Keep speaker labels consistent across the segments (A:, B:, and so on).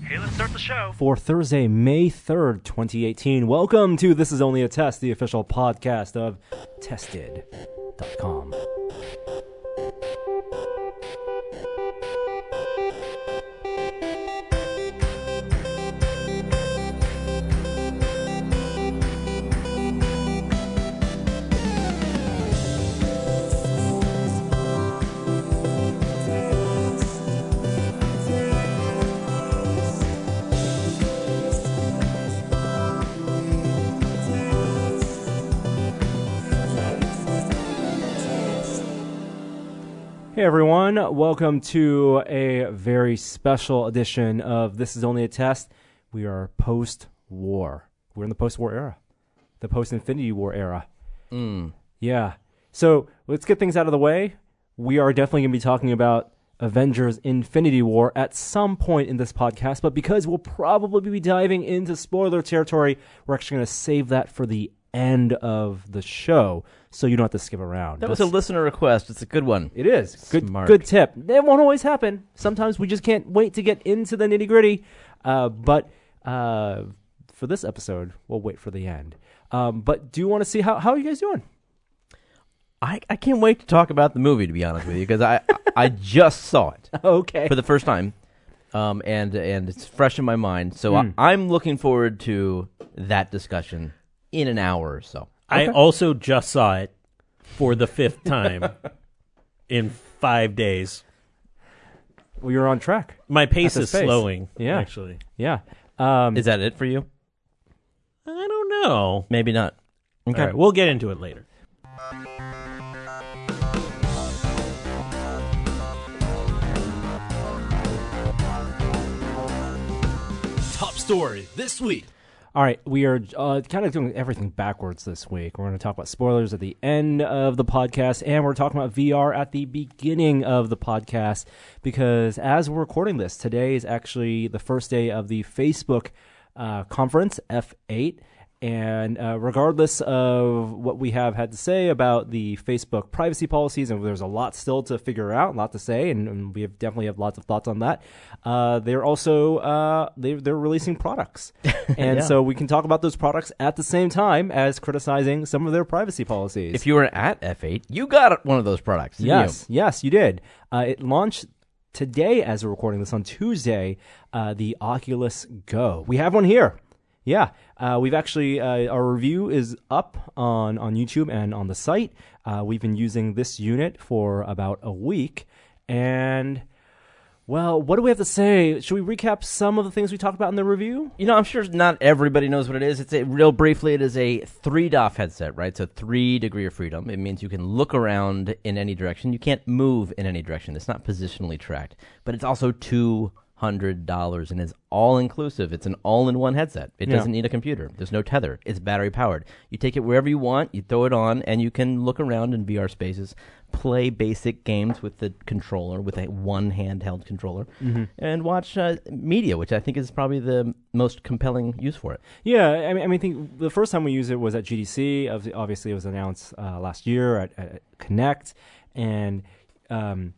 A: the show.
B: for Thursday, May 3rd, 2018. Welcome to This Is Only a Test, the official podcast of Tested.com. Hey everyone, welcome to a very special edition of This Is Only a Test. We are post war. We're in the post war era, the post Infinity War era.
C: Mm.
B: Yeah. So let's get things out of the way. We are definitely going to be talking about Avengers Infinity War at some point in this podcast, but because we'll probably be diving into spoiler territory, we're actually going to save that for the end of the show so you don't have to skip around.
C: That was a
B: That's-
C: listener request. It's a good one.
B: it is good.
C: Smart.
B: Good tip. That won't always happen. Sometimes we just can't wait to get into the nitty gritty. Uh, but uh, for this episode, we'll wait for the end. Um, but do you want to see how how are you guys doing?
C: I, I can't wait to talk about the movie to be honest with you because I I just saw it
B: Okay.
C: for the first time, um and and it's fresh in my mind. So
D: Hmm.
C: I, I'm looking forward to that discussion in an hour or so.
D: I also just saw it for the fifth time in five days.
B: well, you're on track.
D: My pace
B: That's a
D: is
B: space.
D: slowing.
B: Yeah.
D: actually,
B: Yeah. Um,
C: Is that it for you?
D: I don't know.
C: Maybe not. Okay.
D: All right, we'll get into it later.
E: Top story this week.
B: all right. We are uh, kind of doing everything backwards this week. We're going to talk about spoilers at the end of the podcast, and we're talking about VR at the beginning of the podcast because as we're recording this, today is actually the first day of the Facebook uh, conference F8. And uh, regardless of what we have had to say about the Facebook privacy policies, and there's a lot still to figure out, a lot to say, and, and we have definitely have lots of thoughts on that. Uh, they're also uh, they, they're releasing products, and so we can talk about those products at the same time as criticizing some of their privacy policies.
C: If you were at F8, you got one of those products. didn't you?
B: Yes, yes, you did. Uh, it launched today as we're recording this on Tuesday. Uh, the Oculus Go. We have one here. Yeah, uh, we've actually uh, our review is up on on YouTube and on the site. Uh, we've been using this unit for about a week, and well, what do we have to say? Should we recap some of the things we talked about in the review?
C: You know, I'm sure not everybody knows what it is. It's a real briefly. It is a three DOF headset, right? So three degree of freedom. It means you can look around in any direction. You can't move in any direction. It's not positionally tracked, but it's also two hundred dollars and is all inclusive. It's an all in one headset. It
B: Yeah.
C: doesn't need a computer. There's no tether. It's battery powered. You take it wherever you want. You throw it on, and you can look around in VR spaces. Play basic games with the controller, with a one handheld controller, and watch uh, media, which I think is probably the most compelling use for it.
B: Yeah, I mean, I mean, I think the first time we used it was at GDC. Obvi- Obviously, it was announced uh, last year at, at Connect, and um,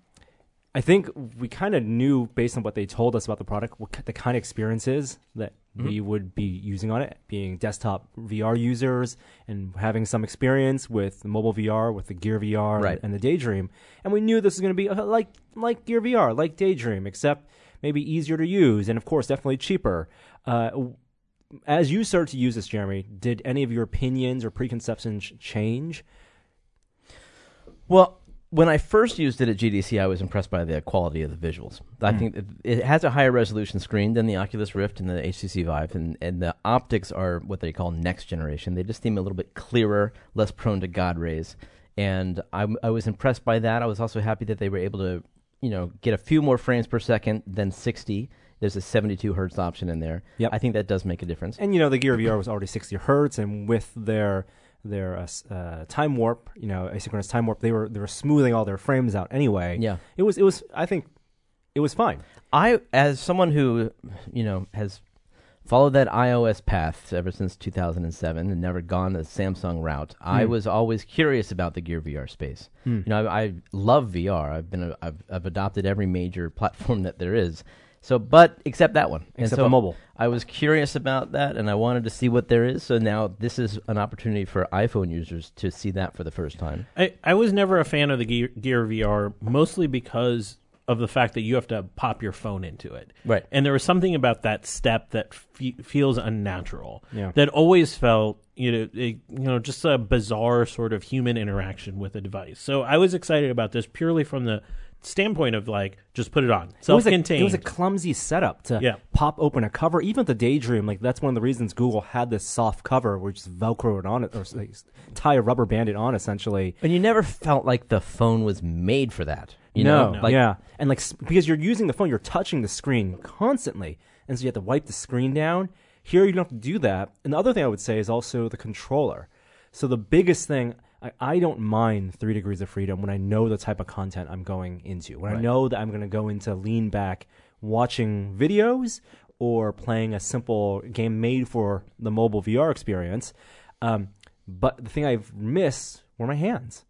B: I think we kind of knew based on what they told us about the product, what ki- the kind of experiences that we would be using on it, being desktop VR users and having some experience with mobile VR, with the Gear VR
C: Right.
B: and the Daydream. And we knew this was going to be uh, like like Gear VR, like Daydream, except maybe easier to use and of course definitely cheaper. Uh, w- as you start to use this, Jeremy, did any of your opinions or preconceptions ch- change?
C: Well, when I first used it at GDC, I was impressed by the quality of the visuals. I think it- it has a higher resolution screen than the Oculus Rift and the HTC Vive, and, and the optics are what they call next generation. They just seem a little bit clearer, less prone to God rays. And I, I was impressed by that. I was also happy that they were able to, you know, get a few more frames per second than 60. There's a 72 hertz option in there.
B: Yep.
C: I think that does make a difference.
B: and you know the Gear VR was already 60 hertz, and with their their uh, s- uh, time warp, you know, asynchronous time warp, they were they were smoothing all their frames out anyway.
C: Yeah.
B: it was it was I think it was fine.
C: I, as someone who, you know, has followed that iOS path ever since 2007 and never gone the Samsung route,
B: Hmm.
C: I was always curious about the Gear VR space.
D: Hmm.
C: You know, I, I love VR. I've been, a, I've, I've adopted every major platform that there is. So, but except that one, And
B: Except
C: so
B: on mobile.
C: I was curious about that, and I wanted to see what there is. So now this is an opportunity for iPhone users to see that for the first time.
D: I, I was never a fan of the Gear, Gear VR, mostly because of the fact that you have to pop your phone into it.
C: Right.
D: And there was something about that step that fe- feels unnatural.
B: Yeah.
D: That always felt, you know, it, you know, just a bizarre sort of human interaction with a device. So I was excited about this purely from the standpoint of like just put it on,
B: It was, a,
D: self-contained.
B: it was a clumsy setup to
D: Yeah.
B: pop open a cover. Even the Daydream, like that's one of the reasons Google had this soft cover, where you just Velcro it on it or like, tie a rubber band it on, essentially.
C: And you never felt like the phone was made for that. You know, like
B: yeah, and like s- because you're using the phone, you're touching the screen constantly, and so you have to wipe the screen down. Here, you don't have to do that. And the other thing I would say is also the controller. So the biggest thing, I, I don't mind three degrees of freedom when I know the type of content I'm going into. When I know that I'm going to go into lean back, watching videos or playing a simple game made for the mobile VR experience. Um, but the thing I've missed were my hands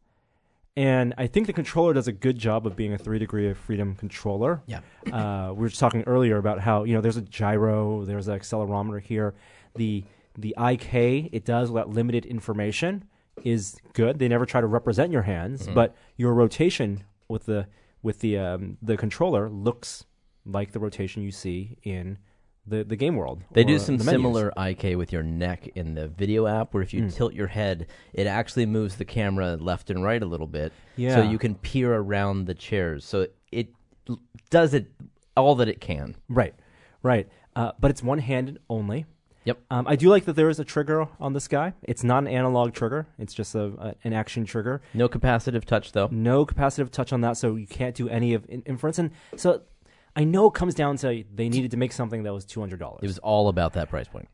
B: and I think the controller does a good job of being a three degree of freedom controller.
C: Yeah.
B: Uh, we were just talking earlier about how you know there's a gyro, there's an accelerometer here. The the IK it does let limited information is good. They never try to represent your hands,
C: Mm-hmm.
B: but your rotation with the with the um, the controller looks like the rotation you see in the the game world.
C: They
B: or
C: do some
B: the menus. Hmm.
C: similar IK with your neck in the video app, where if you tilt your head, it actually moves the camera left and right a little bit, so
B: Yeah.
C: you can peer around the chairs. So it l- does it all that it can.
B: Right, right. Uh, but it's one handed only.
C: Yep.
B: Um, I do like that there is a trigger on this guy. It's not an analog trigger. It's just a, a an action trigger.
C: No capacitive touch though.
B: No capacitive touch on that, so you can't do any of in- inference. And so, I know it comes down to they needed to make something that was two hundred
C: It
B: dollars.
C: was all about that price point.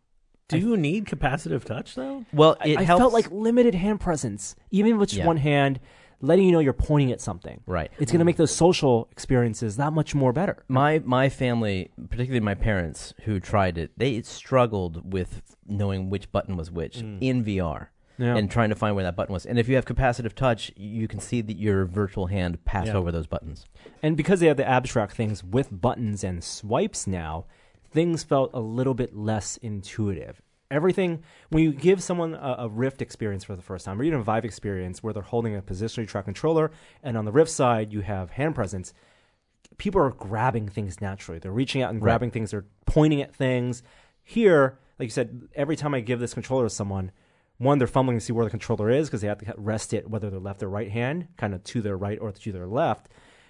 D: Do you need capacitive touch though?
C: Well, it
B: I
C: helps.
B: felt like limited hand presence, even with just
C: Yeah. Mm.
B: one hand, letting you know you're pointing at something.
C: Right.
B: It's going to make those social experiences that much more better.
C: my my family, particularly my parents who tried it, they struggled with knowing which button was which
B: Hmm.
C: in VR.
B: Yeah.
C: And trying to find where that button was, and if you have capacitive touch, you can see that your virtual hand pass over those buttons.
B: And because they have the abstract things with buttons and swipes now, things felt a little bit less intuitive. Everything, when you give someone a, a Rift experience for the first time, or even a Vive experience where they're holding a positionally tracked controller, and on the Rift side, you have hand presence, people are grabbing things naturally. They're reaching out and grabbing things, they're pointing at things. Here, like you said, every time I give this controller to someone, one, they're fumbling to see where the controller is because they have to rest it, whether they're left or right hand, kind of to their right or to their left.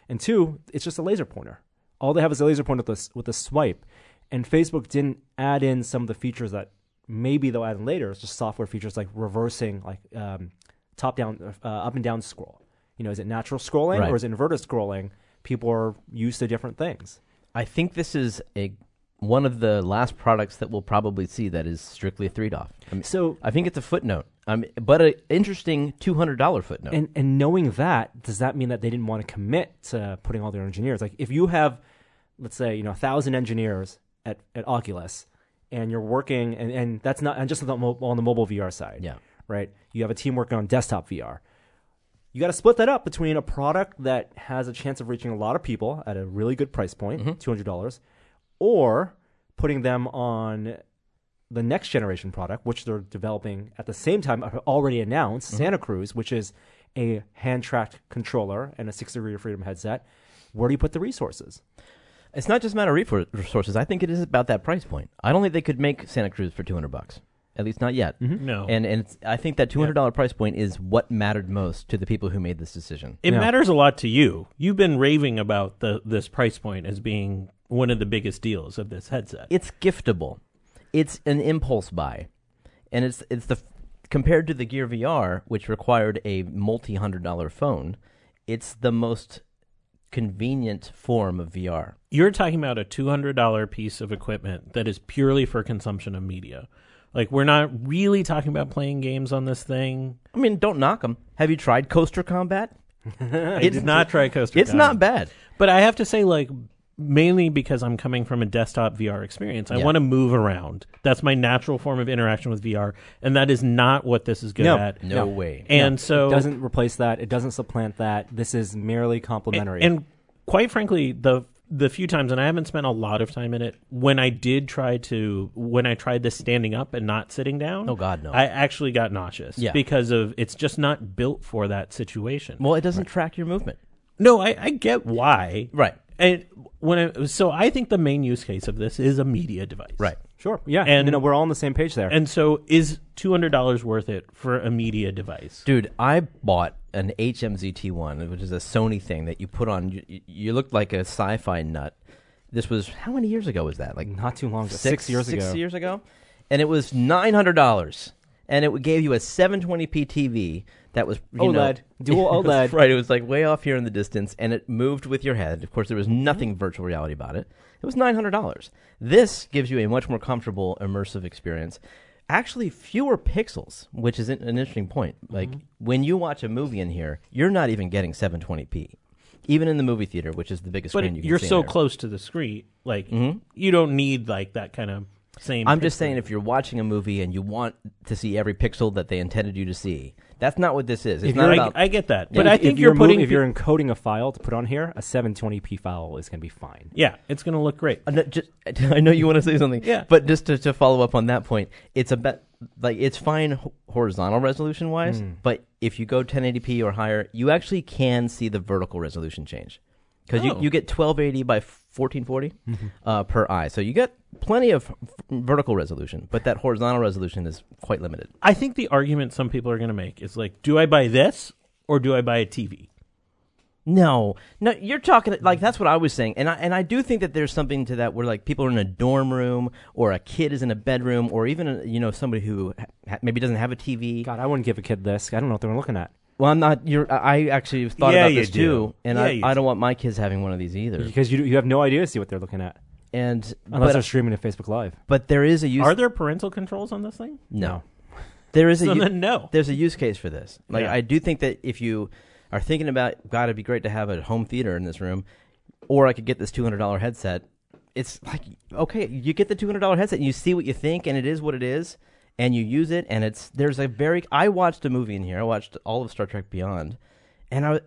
B: And two, it's just a laser pointer. All they have is a laser pointer with a, s- with a swipe. And Facebook didn't add in some of the features that maybe they'll add in later. It's just software features like reversing, like um, top down, uh, up and down scroll. You know, is it natural scrolling
C: Right.
B: or is it inverted scrolling? People are used to different things.
C: I think this is a one of the last products that we'll probably see that is strictly three off. I, mean,
B: So
C: I think it's a footnote, um, but an interesting two hundred dollar footnote.
B: and and knowing that does that mean that they didn't want to commit to putting all their engineers like if you have let's say you know a thousand engineers at, at oculus and you're working and, and that's not and just on the, mo- on the mobile vr side
C: Yeah.
B: right you have a team working on desktop vr you got to split that up between a product that has a chance of reaching a lot of people at a really good price point $200 or putting them on the next generation product, which they're developing at the same time, I've already announced Santa Cruz, which is a hand tracked controller and a six degree of freedom headset. Where do you put the resources?
C: It's not just a matter of refor- resources. I think it is about that price point. I don't think they could make Santa Cruz for two hundred bucks, at least not yet.
B: Mm-hmm.
D: No.
C: And and it's, I think that two hundred dollar price point is what mattered most to the people who made this decision.
D: It
B: Yeah.
D: matters a lot to you. You've been raving about the this price point as being one of the biggest deals of this headset.
C: It's giftable. It's an impulse buy, and it's it's the compared to the Gear VR, which required a multi hundred dollar phone. It's the most convenient form of VR.
D: You're talking about a $200 piece of equipment that is purely for consumption of media. Like we're not really talking about playing games on this thing.
C: I mean, don't knock them. Have you tried Coaster Combat?
D: I did not try Coaster.
C: Uh-huh. It's not bad.
D: But I have to say, like, mainly because I'm coming from a desktop VR experience, I
C: Yeah.
D: want to move around. That's my natural form of interaction with VR, and that is not what this is good
B: No.
D: at.
C: No way.
D: And
B: it
D: so,
B: doesn't replace that. It doesn't supplant that. This is merely complementary.
D: and quite frankly, the the few times, and I haven't spent a lot of time in it. When I did try to, when I tried this standing up and not sitting down,
C: Oh, God, no.
D: I actually got nauseous
C: Yeah.
D: because of it's just not built for that situation.
C: Well, it doesn't track your movement.
D: no, I, I get why,
C: Right.
D: And when I, so I think the main use case of this is a media device,
C: Right.
B: Sure. Yeah.
D: And-
B: And you know, we're all on the same page there.
D: And so, is two hundred dollars worth it for a media device?
C: Dude, I bought an HMZT1, which is a Sony thing that you put on. You, you looked like a sci-fi nut. This was how many years ago was that? Like
B: Not too long ago. Six years ago.
C: Six years ago, and it was nine hundred dollars, and it gave you a 720p TV that was you know-
B: OLED. Dual
C: It was-
B: OLED.
C: Right, it was like way off here in the distance, and it moved with your head. Of course, there was nothing virtual reality about it. It was nine hundred dollars. This gives you a much more comfortable, immersive experience. Actually, fewer pixels, which is an an interesting point.
B: Mm-hmm.
C: Like when you watch a movie in here, you're not even getting 720p, even in the movie theater, which is the biggest
D: But
C: screen you can
D: you're
C: see in
D: so
C: there. Mm-hmm.
D: close to the screen, like you don't need like that kind of same.
C: I'm just
D: pixel.
C: saying, if you're watching a movie and you want to see every pixel that they intended you to see, that's not what this is. It's
B: If
C: not
B: you're-
C: about.
D: I, I get that, but
B: If-
D: I
B: if
D: think
B: you're
D: you're putting
B: moving- if
D: pe-
B: you're encoding a file to put on here, a 720p file is going to be fine.
D: yeah, it's gonna look great.
C: I know- Uh, just- I know you want to say something,
D: Yeah.
C: But just to, to follow up on that point, it's about like it's fine ho- horizontal resolution wise, but if you go 1080p or higher, you actually can see the vertical resolution change because
D: Oh.
C: you, you get 1280 by 1440 uh, per eye, so you get plenty of f- vertical resolution, but that horizontal resolution is quite limited.
D: I think the argument some people are gonna make is like, do I buy this or do I buy a TV?
C: No, no, you're talking like that's what I was saying, and I and I do think that there's something to that where like people are in a dorm room, or a kid is in a bedroom, or even uh, you know somebody who ha- maybe doesn't have a TV.
B: God, I wouldn't give a kid this. I don't know what they're looking at.
C: Well, I'm not. You're. I I actually thought
D: Yeah,
C: about
D: you
C: this
D: do.
C: too, and
D: Yeah,
C: I
D: you
C: I
D: do.
C: don't want my kids having one of these either.
B: Because you, you have no idea to see what they're looking at.
C: And
B: Unless they're
C: but,
B: streaming to Facebook Live.
C: but there is a use.
D: Are there parental controls on this thing?
C: no, there is a
D: So
C: u-
D: then no.
C: there's a use case for this. Like
D: Yeah.
C: I do think that if you are thinking about God, it'd be great to have a home theater in this room, or I could get this two hundred dollar headset. It's like okay, you get the two hundred dollar headset, and you see what you think, and it is what it is, and you use it, and it's there's a very. I watched a movie in here. I watched all of Star Trek Beyond, and I.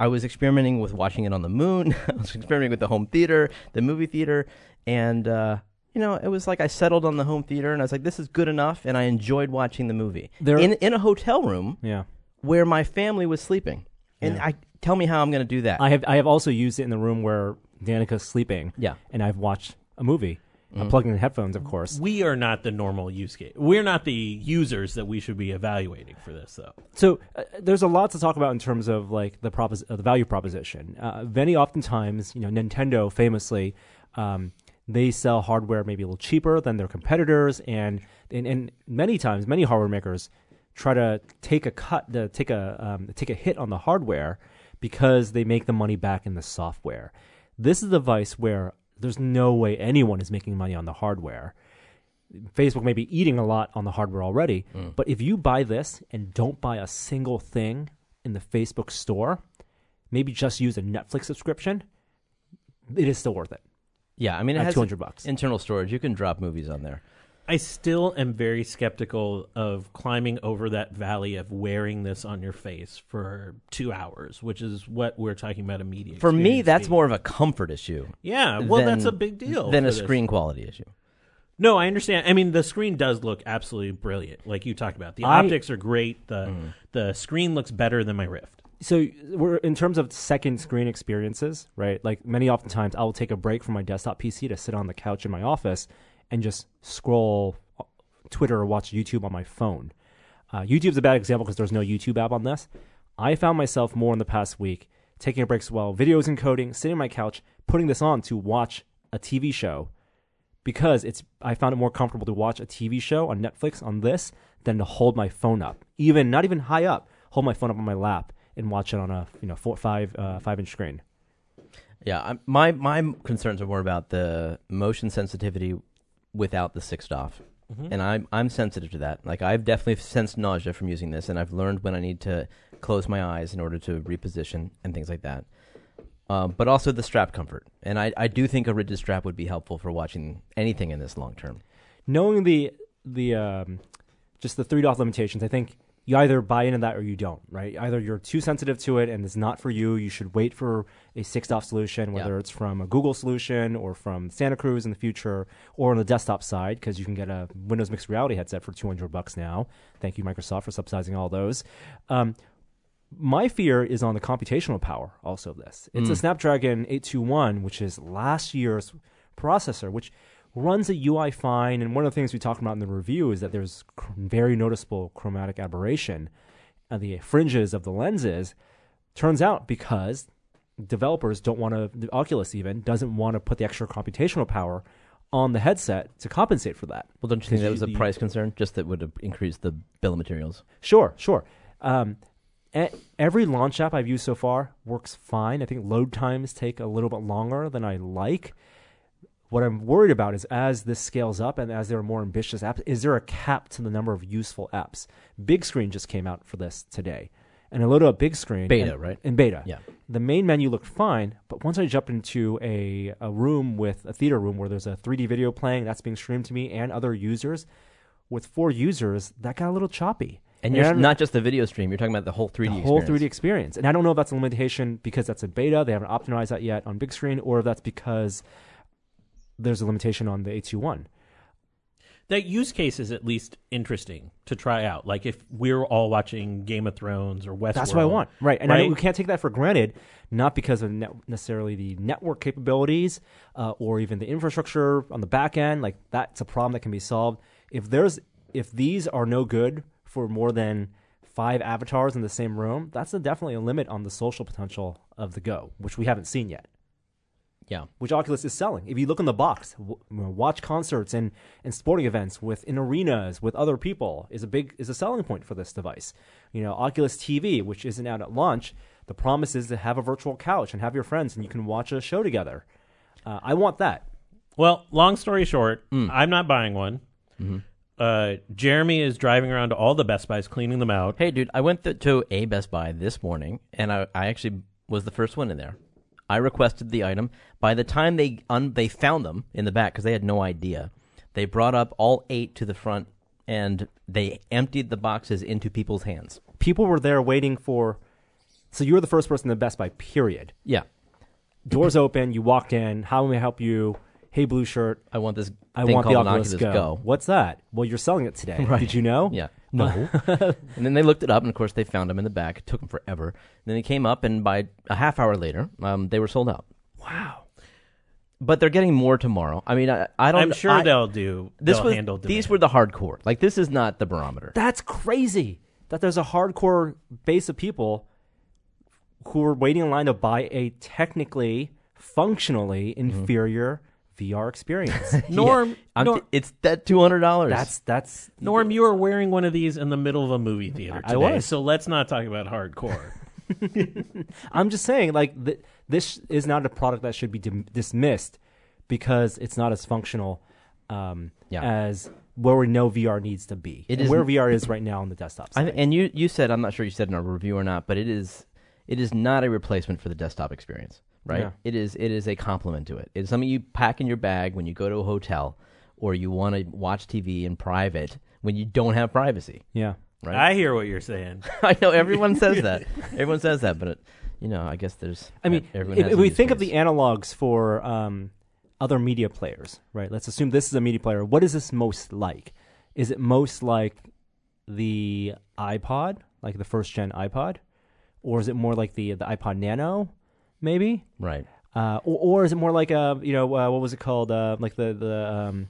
C: I was experimenting with watching it on the moon. I was experimenting with the home theater, the movie theater, and uh, you know, it was like I settled on the home theater, and I was like, "This is good enough," and I enjoyed watching the movie
B: There-
C: in in a hotel room
B: Yeah.
C: where my family was sleeping. And I tell me how I'm going to do that.
B: I have I have also used it in the room where Danica's sleeping.
C: Yeah.
B: And I've watched a movie. I'm plugging in headphones, of course.
D: We are not the normal use case. We're not the users that we should be evaluating for this, though.
B: So uh, there's a lot to talk about in terms of like the propos- uh, the value proposition. Uh, Venny, oftentimes, you know, Nintendo famously, um, they sell hardware maybe a little cheaper than their competitors, and and, and many times, many hardware makers try to take a cut, to take a um, take a hit on the hardware because they make the money back in the software. This is a device where there's no way anyone is making money on the hardware. Facebook may be eating a lot on the hardware already,
C: Mm.
B: but if you buy this and don't buy a single thing in the Facebook store, maybe just use a Netflix subscription, it is still worth it.
C: yeah, I mean, it
B: At
C: has
B: 200 bucks.
C: internal storage. You can drop movies on there.
D: I still am very skeptical of climbing over that valley of wearing this on your face for two hours, which is what we're talking about immediately.
C: For me, that's more of a comfort issue.
D: Yeah, well,
C: than-
D: that's a big deal.
C: than
D: for
C: a
D: this.
C: screen quality issue.
D: No, I understand. I mean, the screen does look absolutely brilliant, like you talked about. The
B: I-
D: optics are great. The the screen looks better than my Rift.
B: So we're in terms of second screen experiences, right? Like many oftentimes I will take a break from my desktop PC to sit on the couch in my office and just scroll uh, Twitter or watch YouTube on my phone. Uh, YouTube's a bad example because there's no YouTube app on this. I found myself more in the past week taking breaks while videos encoding, sitting on my couch, putting this on to watch a TV show because it's I found it more comfortable to watch a TV show on Netflix on this than to hold my phone up, even not even high up, hold my phone up on my lap and watch it on a you know four five uh, five inch screen.
C: Yeah, I, my my concerns are more about the motion sensitivity without the six off,
B: Mm-hmm.
D: Mm-hmm.
C: and I'm I'm sensitive to that. Like I've definitely sensed nausea from using this, and I've learned when I need to close my eyes in order to reposition and things like that. Um, but also the strap comfort, and I, I do think a rigid strap would be helpful for watching anything in this long term.
B: Knowing the the um, just the three dot limitations, I think you either buy into that or you don't, right? Either you're too sensitive to it and it's not for you. You should wait for a six-stop solution, whether it's from a Google solution or from Santa Cruz in the future, or on the desktop side because you can get a Windows Mixed Reality headset for 200 bucks now. Thank you, Microsoft, for subsidizing all those. Um, my fear is on the computational power also of this. It's a Snapdragon 821, which is last year's processor, which runs a UI fine. And one of the things we talked about in the review is that there's cr- very noticeable chromatic aberration at the fringes of the lenses. Turns out because developers don't want to, the Oculus even doesn't want to put the extra computational power on the headset to compensate for that.
C: Well, don't you think that was a
B: you-
C: price concern? Just that would have increased the bill of materials.
B: Sure, sure. Um, e- every launch app I've used so far works fine. I think load times take a little bit longer than I like. What I'm worried about is as this scales up and as there are more ambitious apps, is there a cap to the number of useful apps? Big Screen just came out for this today. And I loaded up Big Screen.
C: Beta,
B: and-
C: right?
B: In beta.
C: Yeah.
B: The main menu looked fine, but once I jumped into a, a room with a theater room where there's a 3D video playing that's being streamed to me and other users, with four users, that got a little choppy.
C: And you're
B: I'm-
C: not just the video stream. You're talking about the whole
B: the
C: 3D.
B: whole
C: experience.
B: 3D experience. And I don't know if that's a limitation because that's in beta, they haven't optimized that yet on big screen, or if that's because there's a limitation on the A21.
D: that use case is at least interesting to try out. Like if we're all watching Game of Thrones or Westworld,
B: That's what I want, right? And I,
D: right?
B: we can't take that for granted, not because of net, necessarily the network capabilities uh, or even the infrastructure on the back end. Like that's a problem that can be solved. If there's if these are no good for more than five avatars in the same room, that's a, definitely a limit on the social potential of the Go, which we haven't seen yet.
C: Yeah.
B: which Oculus is selling. If you look in the box, w- you know, watch concerts and, and sporting events with in arenas with other people is a big is a selling point for this device. You know, Oculus TV, which isn't out at launch, the promise is to have a virtual couch and have your friends and you can watch a show together. Uh, I want that.
D: Well, long story short,
B: Mm.
D: I'm not buying one.
B: Mm-hmm.
D: Uh, Jeremy is driving around to all the Best Buys, cleaning them out.
C: Hey, dude, I went th- to a Best Buy this morning, and I, I actually was the first one in there. I requested the item. By the time they un- they found them in the back, because they had no idea, they brought up all eight to the front, and they emptied the boxes into people's hands.
B: People were there waiting for. So you were the first person to Best Buy. Period.
C: Yeah,
B: Doors open. You walked in. How may I help you? Hey, blue shirt.
C: I want this.
B: I
C: thing
B: want the
C: called an
B: Oculus, Go. What's that? Well, you're selling it today. Did you know? Oh,
C: Yeah. No. and then they looked it up, and of course, they found them in the back. It took them forever. And then they came up, and by a half hour later, um, they were sold out.
B: Wow.
C: But they're getting more tomorrow. I mean, I, I don't.
D: I'm sure
C: I-
D: they'll do.
C: This
D: they'll
C: was,
D: handle demand.
C: these were the hardcore. Like this is not the barometer.
B: That's crazy that there's a hardcore base of people who are waiting in line to buy a technically, functionally inferior VR experience.
D: Norm.
C: I'm
D: Norm,
C: t- it's that two hundred dollars.
B: that's that's
D: Norm, you were wearing one of these in the middle of a movie theater
B: I
D: today.
B: was.
D: So let's not talk about hardcore.
B: I'm just saying like th- this is not a product that should be dim- dismissed because it's not as functional um,
C: Yeah.
B: as where we know VR needs to be.
C: It
B: and
C: is-
B: where VR is right now on the desktop
C: I,
B: side.
C: and you you said I'm not sure you said in our review or not, but it is it is not a replacement for the desktop experience, right?
B: Yeah.
C: It is it is a complement to it. It's something you pack in your bag when you go to a hotel or you want to watch TV in private when you don't have privacy.
B: yeah.
D: I hear what you're saying.
C: I know everyone says that. Everyone says that, but it, you know, I guess there's
B: I mean,
C: everyone
B: if,
C: has
B: if
C: a
B: we
C: use
B: think of
C: case.
B: the analogs for um, other media players, right? Let's assume this is a media player. What is this most like? Is it most like the iPod, like the first gen iPod, or is it more like the the iPod Nano, maybe?
C: right.
B: Uh, or, or is it more like a you know uh, what was it called? Uh, like the the um,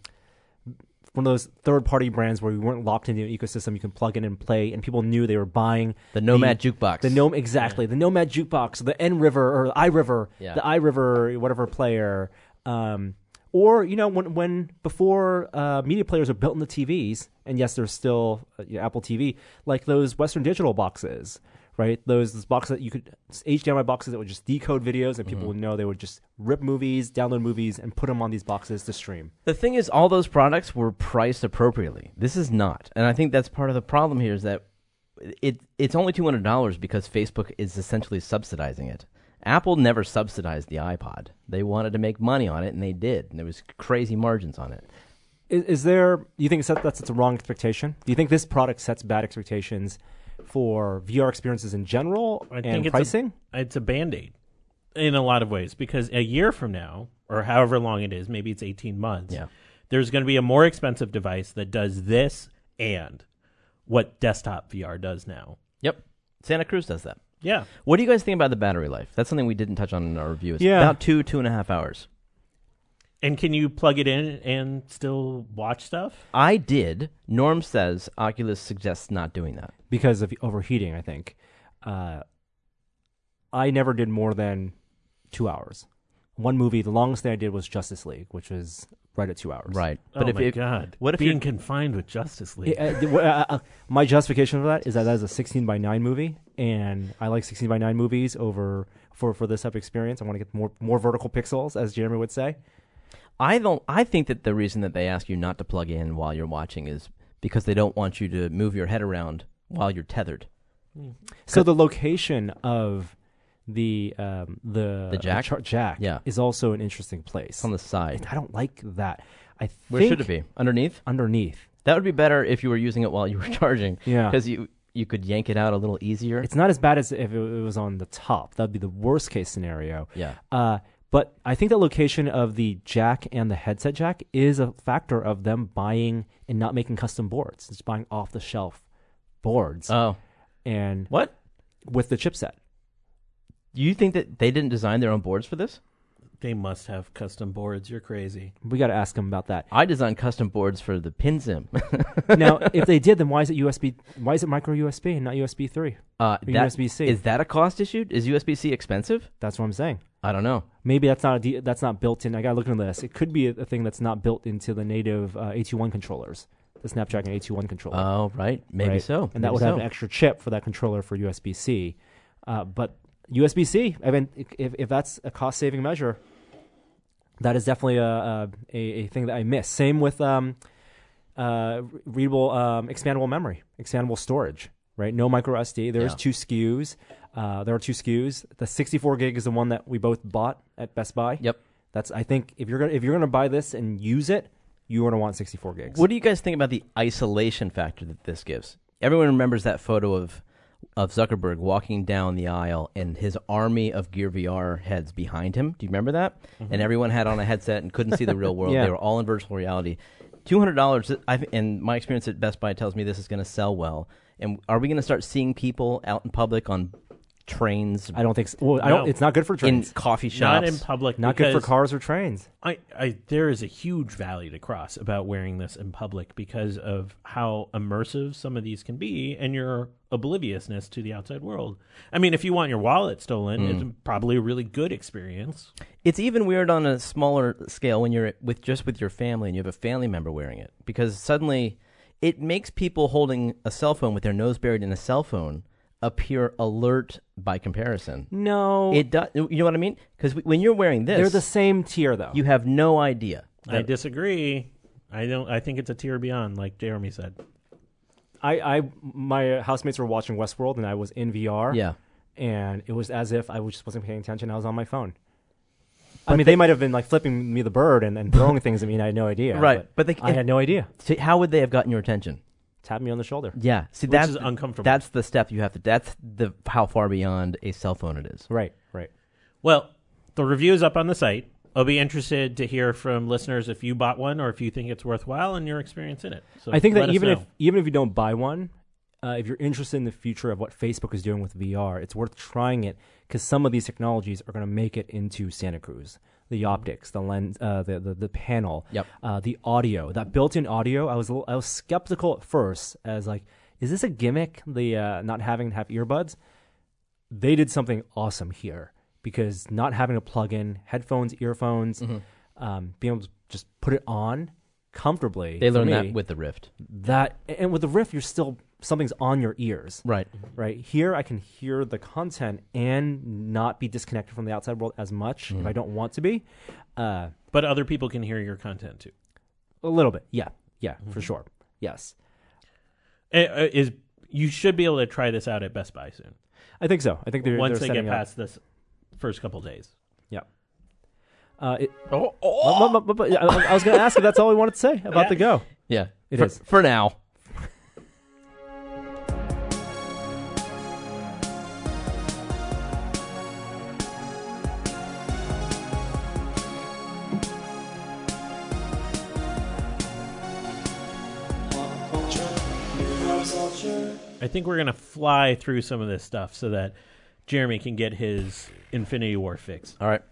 B: one of those third party brands where you weren't locked into an ecosystem. You can plug in and play, and people knew they were buying
C: The Nomad jukebox.
B: the Gnome, exactly. The Nomad Jukebox, the N River or I River,
C: Yeah.
B: the I River, whatever player. Um, or you know when when before uh, media players are built into TVs, and yes, there's still uh, you know, Apple TV, like those Western Digital boxes, right? Those, those boxes that you could HDMI boxes that would just decode videos, and people
C: Mm-hmm.
B: would know they would just rip movies, download movies, and put them on these boxes to stream.
C: The thing is, all those products were priced appropriately. This is not, and I think that's part of the problem here is that it it's only two hundred dollars because Facebook is essentially subsidizing it. Apple never subsidized the iPod. They wanted to make money on it, and they did. And there was crazy margins on it.
B: Is, is there? You think that that's, that's a wrong expectation? Do you think this product sets bad expectations for VR experiences in general
D: I
B: and
D: think it's a-
B: pricing?
D: it's a band-aid in a lot of ways because a year from now or however long it is maybe it's 18 months
C: Yeah.
D: there's going to be a more expensive device that does this and what desktop vr does now
C: Yep. Santa Cruz does that.
D: yeah
C: What do you guys think about the battery life? That's something we didn't touch on in our review. It's
B: Yeah.
C: about two, two and a half hours.
D: and can you plug it in and still watch stuff
C: I did. Norm says Oculus suggests not doing that.
B: because of overheating, I think. Uh, I never did more than two hours. One movie, the longest thing I did was Justice League, which was right at two hours.
C: But
D: oh
C: if
D: my
C: it-
D: god
C: what if
D: being
C: you're-
D: confined with justice league
B: It- uh, the- uh, uh, my justification for that is that that is a 16 by 9 movie, and I like 16 by 9 movies over for, for this type of experience. I want to get more more vertical pixels, as Jeremy would say.
C: I don't. I think that the reason that they ask you not to plug in while you're watching is because they don't want you to move your head around while you're tethered.
B: So the location of the um, the
C: The jack?
B: char- jack
C: Yeah.
B: is also an interesting place.
C: It's on the side.
B: I don't like that. I
C: Where
B: think
C: should it be? Underneath.
B: underneath.
C: That would be better if you were using it while you were charging.
B: Yeah.
C: Because you you could yank it out a little easier.
B: It's not as bad as if it it was on the top. That'd be the worst case scenario.
C: Yeah.
B: Uh, but I think the location of the jack and the headset jack is a factor of them buying and not making custom boards. It's buying off the shelf boards
C: oh.
B: and
C: What?
B: with the chipset.
C: You think that they didn't design their own boards for this?
D: they must have custom boards you're crazy
B: We got to ask them about that.
C: I designed custom boards for the Pin Sim.
B: now, if they did, then why is it USB? Why is it micro USB and not USB three?
C: uh,
B: Or
C: that-
B: USB-C.
C: Is that a cost issue? Is USB C expensive?
B: That's what I'm saying.
C: I don't know.
B: Maybe that's not a de- that's not built in. I got to look into this. It could be a, a thing that's not built into the native uh, AT1 controllers, the Snapdragon AT1 controller.
C: Oh, right. Maybe
B: right?
C: so.
B: And that
C: Maybe
B: would
C: so.
B: have an extra chip for that controller for USB C. Uh, but USB C, I mean, if, if that's a cost saving measure, that is definitely a, a, a a thing that I miss. Same with um, uh, re- readable, um, expandable memory, expandable storage, right? No micro SD. There's
C: Yeah.
B: two SKUs. Uh, there are two SKUs. The 64 gig is the one that we both bought at Best Buy.
C: Yep.
B: That's I think if you're gonna if you're gonna buy this and use it, you're gonna want 64 gigs.
C: What do you guys think about the isolation factor that this gives? Everyone remembers that photo of of Zuckerberg walking down the aisle and his army of Gear VR heads behind him. Do you remember that? And everyone had on a headset and couldn't see the real world.
B: Yeah.
C: They were all in virtual reality. Two hundred dollars. And my experience at Best Buy tells me this is going to sell well. And are we going to start seeing people out in public on trains,
B: I don't think so. well, I don't.
D: No.
B: It's not good for
C: in
B: Uh, trains.
C: coffee shops?
D: not in public
B: Not good for
D: because-
B: cars or trains.
D: I, I there is a huge valley to cross about wearing this in public because of how immersive some of these can be and your obliviousness to the outside world. I mean, if you want your wallet stolen,
B: Mm.
D: it's probably a really good experience.
C: It's even weird on a smaller scale when you're with just with your family and you have a family member wearing it because suddenly it makes people holding a cell phone with their nose buried in a cell phone appear alert by comparison.
B: No,
C: It does, you know what I mean? Because when you're wearing this,
B: they're the same tier though.
C: you have no idea.
D: I disagree. I don't. I think it's a tier beyond, like Jeremy said.
B: I, I, my housemates were watching Westworld, and I was in VR.
C: Yeah,
B: and it was as if I was just wasn't paying attention. I was on my phone. I mean, they, might have been like flipping me the bird and, and throwing things at me, and I had no idea.
C: Right, but they-
B: I had no idea.
C: so how would they have gotten your attention?
B: Tap me on the shoulder.
C: Yeah, see that's
D: is uncomfortable.
C: That's the step you have to. That's the how far beyond a cell phone it is.
B: Right, right.
D: Well, the review is up on the site. I'll be interested to hear from listeners if you bought one or if you think it's worthwhile and your experience in it. So
B: I think
D: let
B: that
D: us
B: even if
D: know.
B: even if you don't buy one, uh, if you're interested in the future of what Facebook is doing with VR, it's worth trying it because some of these technologies are going to make it into Santa Cruz. The optics, the lens, uh, the, the the panel,
C: Yep.
B: uh, the audio, that built-in audio. I was a little, I was skeptical at first as like, is this a gimmick? The uh, not having to have earbuds. They did something awesome here because not having to plug in headphones, earphones, um, being able to just put it on comfortably.
C: They
B: for
C: learned
B: me,
C: that with the Rift,
B: that and with the riff you're still something's on your ears
C: right?
B: right here i can hear the content and not be disconnected from the outside world as much
D: Mm-hmm.
B: if i don't want to be uh,
D: but other people can hear your content too.
B: a little bit yeah yeah
D: Mm-hmm.
B: for sure yes
D: Eh, eh, Is you should be able to try this out at Best Buy soon.
B: i think so i think they're
D: once
B: they're
D: they get
B: setting up.
D: past this first couple days.
B: yeah uh, it,
C: Oh,
B: but- but- but- but I, I was going to ask if that's all we wanted to say about the go
C: yeah.
B: It
C: for,
B: is.
C: for now.
D: I think we're gonna fly through some of this stuff so that Jeremy can get his Infinity War fix.
C: All right.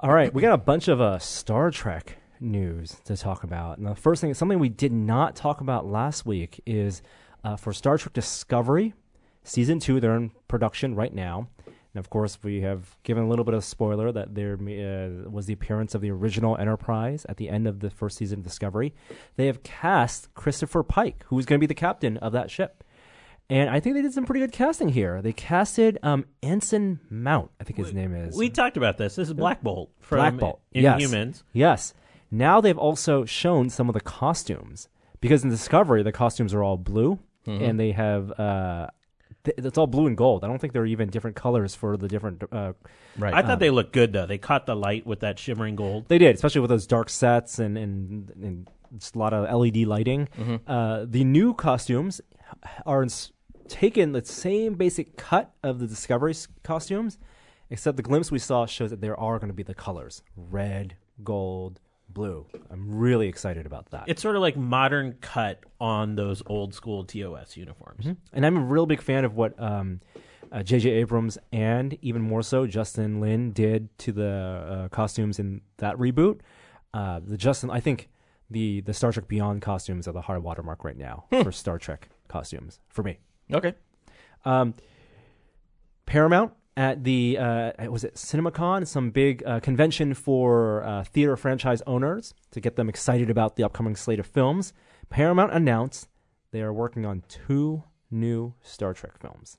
B: All right, we got a bunch of uh, Star Trek news to talk about. And the first thing, something we did not talk about last week, is uh, for Star Trek Discovery, season two. They're in production right now, and of course, we have given a little bit of spoiler that there uh, was the appearance of the original Enterprise at the end of the first season of Discovery. They have cast Christopher Pike, who is going to be the captain of that ship. And I think they did some pretty good casting here. They casted um, Ensign Mount, I think his name is.
D: We talked about this. This is Black Bolt from
B: Black Bolt. yes.
D: Inhumans.
B: Yes. Now they've also shown some of the costumes because in Discovery the costumes are all blue and they have uh, th- it's all blue and gold. I don't think there are even different colors for the different. Uh,
C: Right.
D: I thought they
B: Um,
D: looked good though. They caught the light with that shimmering gold.
B: they did, especially with those dark sets and and, and just a lot of LED lighting. Uh, the new costumes are ins- taken the same basic cut of the Discovery s- costumes, except the glimpse we saw shows that there are going to be the colors red, gold, blue. I'm really excited about that.
D: It's sort of like modern cut on those old school TOS uniforms.
B: Mm-hmm. And I'm a real big fan of what um, uh, J.J. Abrams and even more so Justin Lin did to the uh, costumes in that reboot. Uh, the Justin, I think the the Star Trek Beyond costumes are the high watermark right now for Star Trek costumes for me.
C: Okay.
B: Um, Paramount at the uh, was it CinemaCon, some big uh, convention for uh, theater franchise owners to get them excited about the upcoming slate of films. Paramount announced they are working on two new Star Trek films.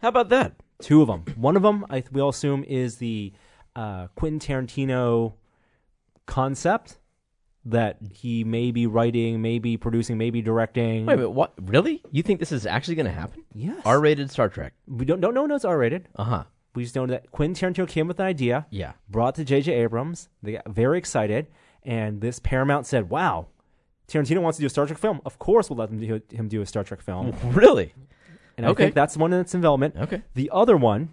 C: How about that?
B: Two of them. One of them, I, we all assume, is the uh, Quentin Tarantino concept that he may be writing, may be producing, may be directing.
C: Wait a minute. What? Really? You think this is actually going to happen?
B: Yes.
C: R-rated Star Trek.
B: we don't don't know it's R rated.
C: Uh huh.
B: We just know that Quentin Tarantino came with an idea.
C: Yeah.
B: brought to J.J. Abrams. They got very excited, and this Paramount said, "Wow, Tarantino wants to do a Star Trek film. Of course, we'll let him do, him do a Star Trek film."
C: Really?
B: And
C: Mm. Okay.
B: I think that's one that's in development.
C: Okay.
B: The other one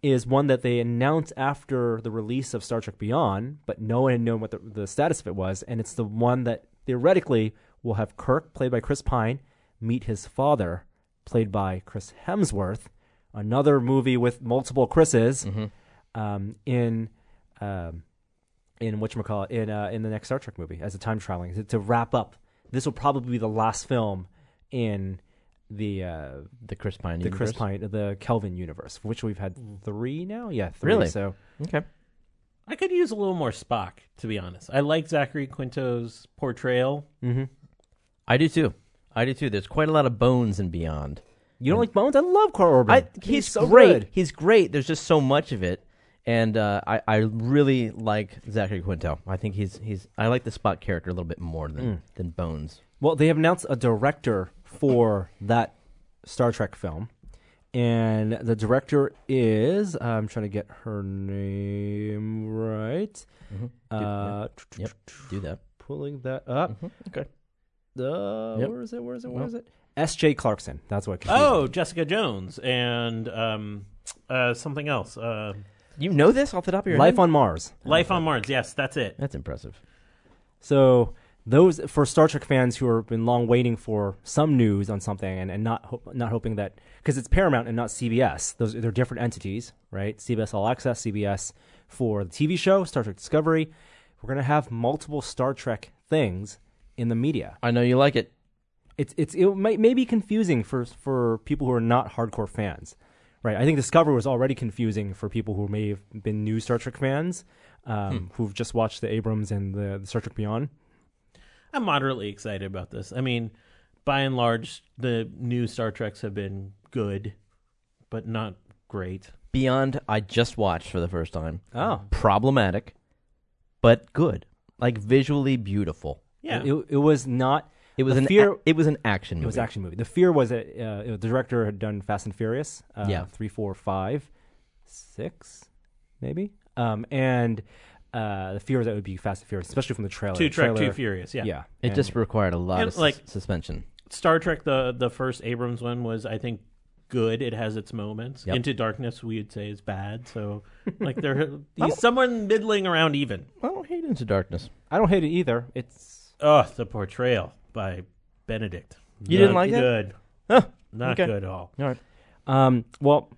B: is one that they announced after the release of Star Trek Beyond, but no one had known what the, the status of it was, and it's the one that theoretically will have Kirk, played by Chris Pine, meet his father, played by Chris Hemsworth, another movie with multiple Chris's um, in. Um, in whatchamacallit, in uh, in the next Star Trek movie as a time traveling to, to wrap up. This will probably be the last film in the uh,
C: The Chris Pine.
B: the Chris
C: universe?
B: Pine, the Kelvin universe, which we've had three now. Yeah, three.
C: Really?
B: So
C: Okay.
D: I could use a little more Spock, to be honest. I like Zachary Quinto's portrayal.
B: Mm-hmm.
C: I do too. I do too. There's quite a lot of bones and beyond.
B: you don't like Bones? I love Carl Urban.
C: I, he's, great.
B: good.
C: He's great. There's just so much of it, and uh, I I really like Zachary Quinto. I think he's he's I like the Spot character a little bit more than than Bones.
B: Well, they have announced a director for that Star Trek film, and the director is uh, I'm trying to get her name right.
C: Mm-hmm.
B: Uh,
C: Yep. Do that.
B: pulling that up.
C: Okay.
B: Uh,
C: Yep.
B: Where is it? Where is it? Where is it? S. J. Clarkson. That's what. confused me.
D: Oh, Jessica Jones and um, uh, something else. Uh,
C: You know this off the top of your
B: Life
C: head?
B: on Mars.
D: Life on Mars. Yes, that's it.
C: That's impressive.
B: So those for Star Trek fans who have been long waiting for some news on something and, and not ho- not hoping that because it's Paramount and not CBS. Those they're different entities, right? CBS All Access, CBS for the TV show Star Trek Discovery. We're gonna have multiple Star Trek things in the media.
C: I know you like it.
B: It's it's it might may be confusing for for people who are not hardcore fans, right? I think Discovery was already confusing for people who may have been new Star Trek fans. Um, Who've just watched the Abrams and the, the Star Trek Beyond?
D: I'm moderately excited about this. I mean, by and large, the new Star Treks have been good, but not great.
C: Beyond, I just watched for the first time.
B: Oh,
C: Problematic, but good. Like visually beautiful.
D: Yeah.
B: It, it was not.
C: It was
B: The
C: an
B: fear-
C: ac- it was an action movie.
B: It was an action movie. The fear was that uh, the director had done Fast and Furious, uh,
C: Yeah.
B: three, four, five, six, maybe. Um, and uh, the fear was that it would be Fast and Furious, especially from the trailer.
D: Two
B: The
D: Trek,
B: trailer-
D: Two Furious. Yeah.
B: Yeah,
C: It
B: And-
C: just required a lot
D: And,
C: of sus-
D: like-
C: suspension.
D: Star Trek, the, the first Abrams one, was, I think, good. It has its moments.
C: Yep.
D: Into Darkness, we would say, is bad. So, like, they're, he's somewhere middling around even.
C: I don't hate Into Darkness.
B: I don't hate it either. It's
D: Oh, the portrayal by Benedict.
C: You didn't like it?
D: good.
C: Huh.
D: Not
C: Okay.
D: good at all.
B: All right. Um, well,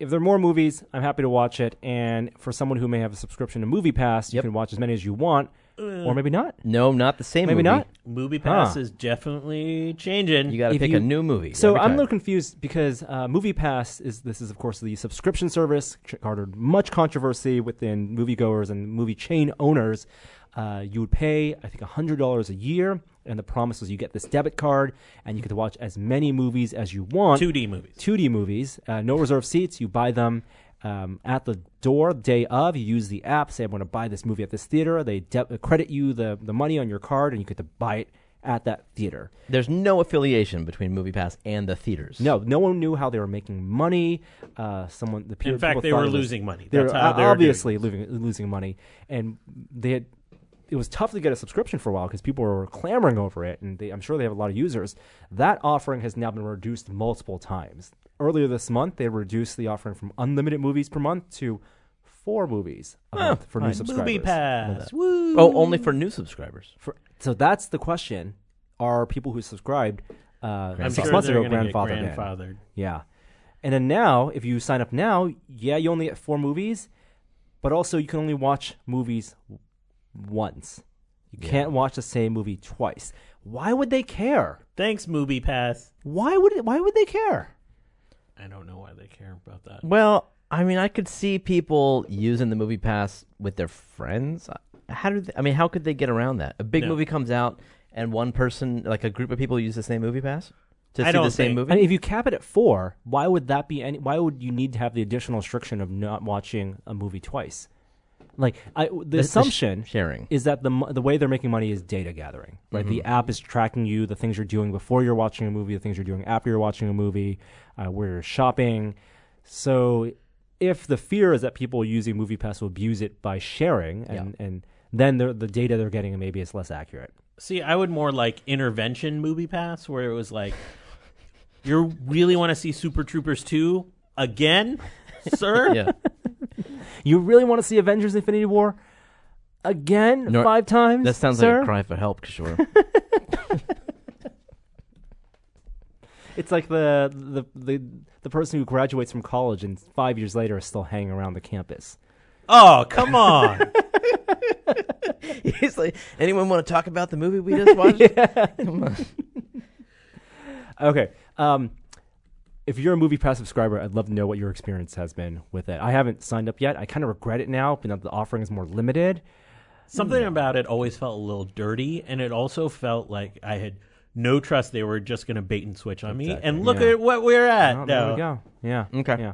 B: if there are more movies, I'm happy to watch it. And for someone who may have a subscription to Movie Pass, you
C: Yep.
B: can watch as many as you want,
D: Uh,
B: or maybe not.
C: No, not the same.
B: Maybe
C: movie.
B: not.
D: Movie Pass
B: Huh.
D: is definitely changing.
C: You got to
B: If
C: pick
B: you-
C: a new movie.
B: So
C: every
B: I'm a
C: time.
B: little confused because uh, MoviePass is this is of course the subscription service ch- garnered much controversy within moviegoers and movie chain owners. Uh, you would pay I think hundred dollars a year, and the promise was you get this debit card and you get to watch as many movies as you want.
D: 2D movies.
B: 2D movies, uh, no reserve seats. You buy them um, at the door day of. You use the app. Say I want to buy this movie at this theater. They de- credit you the the money on your card, and you get to buy it at that theater.
C: There's no affiliation between Movie Pass and the theaters.
B: No, no one knew how they were making money. Uh, someone, the people,
D: In fact,
B: people
D: they
B: thought
D: were
B: it was-
D: losing money.
B: They
D: That's
B: were
D: how
B: o-
D: they were
B: obviously losing losing money, and they had. It was tough to get a subscription for a while because people were clamoring over it, and they, I'm sure they have a lot of users. That offering has now been reduced multiple times. Earlier this month, they reduced the offering from unlimited movies per month to four movies a month for new subscribers.
D: Movie Pass. Woo.
C: Oh, only for new subscribers.
B: For- so that's the question: Are people who subscribed uh,
D: I'm
B: six
D: sure
B: months
D: they're
B: ago
D: gonna get
B: grandfathered in?
D: grandfathered.
B: Yeah. And then now, if you sign up now, yeah, you only get four movies, but also you can only watch movies w- once. You can't watch the same movie twice. Why would they care?
D: Thanks, Movie Pass.
B: Why would it, why would they care?
D: I don't know why they care about that.
C: Well, I mean, I could see people using the Movie Pass with their friends. How did they, I mean? How could they get around that? A big
D: No.
C: movie comes out, and one person, like a group of people, use the same Movie Pass to
D: I
C: see
D: don't
C: the same
D: think-
C: movie.
B: I mean, if you cap it at four, why would that be any? Why would you need to have the additional restriction of not watching a movie twice? Like I, the,
C: the sh-
B: assumption
C: sharing.
B: is that the mo- the way they're making money is data gathering. Right, the
C: Mm-hmm.
B: app is tracking you, the things you're doing before you're watching a movie, the things you're doing after you're watching a movie, uh, where you're shopping. So, if the fear is that people using MoviePass will abuse it by sharing, and and then they're- the data they're getting maybe is less accurate.
D: See, I would more like intervention movie pass where it was like, you really want to see Super Troopers 2 again, sir?
C: yeah,
B: You really want to see Avengers: Infinity War again
C: Nor-
B: five times?
C: that sounds
B: sir?
C: like a cry for help, Kishore.
B: It's like the, the the the person who graduates from college and five years later is still hanging around the campus.
D: Oh, come on.
C: He's like, anyone want to talk about the movie we just watched?
B: Okay. Um, if you're a movie pass subscriber, I'd love to know what your experience has been with it. I haven't signed up yet. I kind of regret it now, but now the offering is more limited.
D: Something
B: Hmm.
D: about it always felt a little dirty, and it also felt like I had no trust they were just going to bait and switch on me. And look
B: yeah.
D: at what we're at.
B: Oh,
D: now.
B: There we go. Yeah.
C: Okay.
B: Yeah.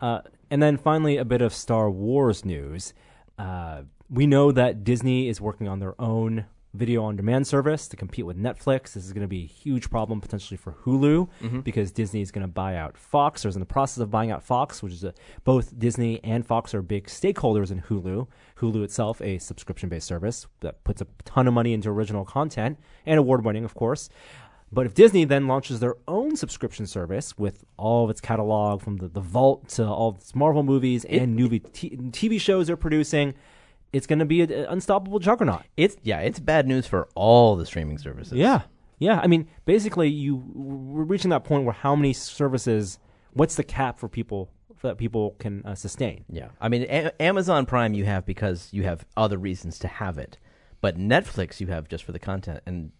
B: Uh, and then finally, a bit of Star Wars news. Uh, we know that Disney is working on their own video on demand service to compete with Netflix. This is going to be a huge problem potentially for Hulu because Disney is going to buy out Fox or is in the process of buying out Fox, which is a, both Disney and Fox are big stakeholders in Hulu. Hulu itself, a subscription based service that puts a ton of money into original content and award winning, of course. But if Disney then launches their own subscription service with all of its catalog from the, the vault to all of its Marvel movies and new t- TV shows they're producing, it's going to be an unstoppable juggernaut.
C: it's yeah, it's bad news for all the streaming services.
B: Yeah. I mean, basically, you we're reaching that point where how many services, what's the cap for people for that people can uh, sustain?
C: yeah. I mean, a- Amazon Prime you have because you have other reasons to have it, but Netflix you have just for the content, and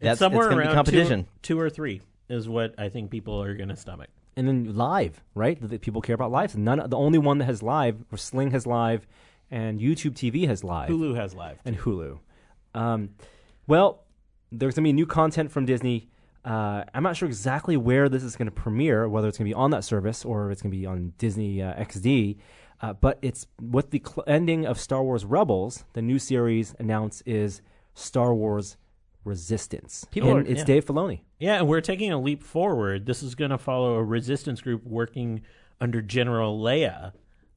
C: that's
D: It's somewhere
C: it's gonna
D: around
C: be
D: two-
C: competition.
D: Two, or three is what I think people are going to stomach.
B: And then live, right? That people care about live. None, the only one that has live, or Sling has live, and YouTube TV has live.
D: Hulu has live.
B: and Hulu. Um, well, there's gonna be new content from Disney. Uh, I'm not sure exactly where this is gonna premiere, whether it's gonna be on that service or if it's gonna be on Disney uh, XD. Uh, but it's with the cl- ending of Star Wars Rebels, the new series announced is Star Wars Resistance.
C: People
B: and
C: are-
B: it's
C: yeah.
B: Dave Filoni.
D: Yeah, and we're taking a leap forward. This is going to follow a resistance group working under General Leia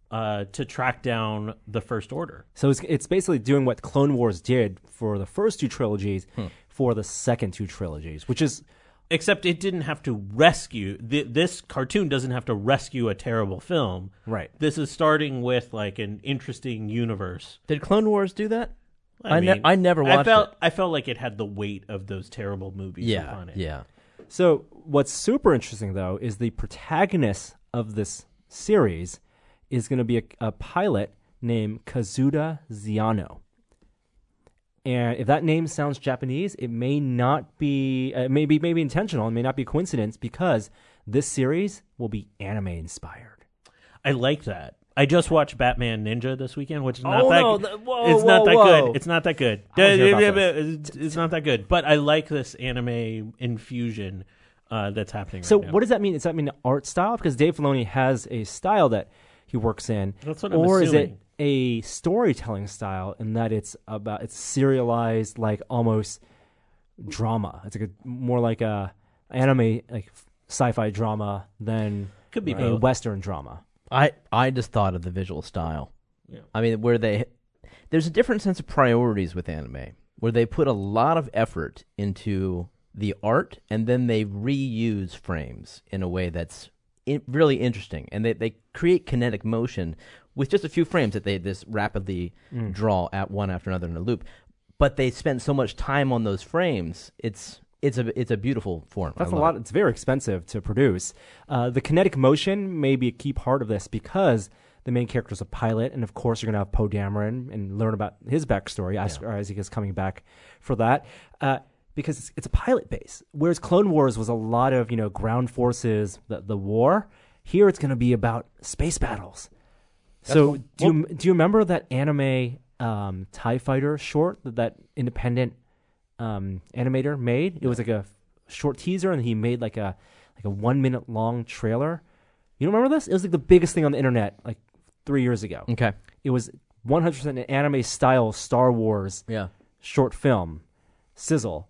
D: uh, to track down the First Order.
B: So it's it's basically doing what Clone Wars did for the first two trilogies,
C: Hmm.
B: for the second two trilogies, which is
D: Except it didn't have to rescue. Th- this cartoon doesn't have to rescue a terrible film.
B: Right.
D: This is starting with like an interesting universe.
C: Did Clone Wars do that?
D: I,
C: I ne-
D: mean,
C: I never watched
D: I felt
C: it.
D: I felt like it had the weight of those terrible movies
C: Yeah,
D: upon it.
C: yeah.
B: So what's super interesting though is the protagonist of this series is going to be a, a pilot named Kazuda Ziano. And if that name sounds Japanese, it may not be, uh, maybe maybe intentional, it may not be coincidence because this series will be anime inspired.
D: I like that. I just watched Batman Ninja this weekend, which is not
B: Oh,
D: that.
B: no,
D: good.
B: th- whoa,
D: it's not
B: whoa,
D: that
B: whoa.
D: good. It's not that good.
B: I wanna hear about
D: It's it's not that good. But I like this anime infusion uh, that's happening.
B: So
D: right now.
B: what does that mean? Does that mean art style? Because Dave Filoni has a style that he works in.
D: That's what I'm
B: or is it
D: assuming.
B: a storytelling style in that it's about it's serialized like almost drama. It's like a, more like a anime like sci-fi drama than
D: Could be
B: a
D: both.
B: western drama.
C: I I just thought of the visual style.
D: Yeah.
C: I mean, where they there's a different sense of priorities with anime, where they put a lot of effort into the art, and then they reuse frames in a way that's in, really interesting, and they they create kinetic motion with just a few frames that they just rapidly
B: Hmm.
D: Mm.
C: draw at one after another in a loop. But they spend so much time on those frames. It's it's a it's a beautiful form. I
B: That's a
C: love
B: lot.
C: it.
B: It's very expensive to produce. Uh, the kinetic motion may be a key part of this because the main character is a pilot, and of course, you're going to have Poe Dameron and learn about his backstory. Oscar Isaac is coming back for that. Uh, because it's, it's a pilot base, whereas Clone Wars was a lot of you know ground forces, the, the war. Here it's going to be about space battles. So do you do you remember that anime um, Tie Fighter short that that independent um, animator made? It was like a short teaser, and he made like a like a one minute long trailer. You don't remember this? It was like the biggest thing on the internet like three years ago.
C: Okay.
B: It was 100% an anime style Star Wars
C: Yeah.
B: short film, sizzle.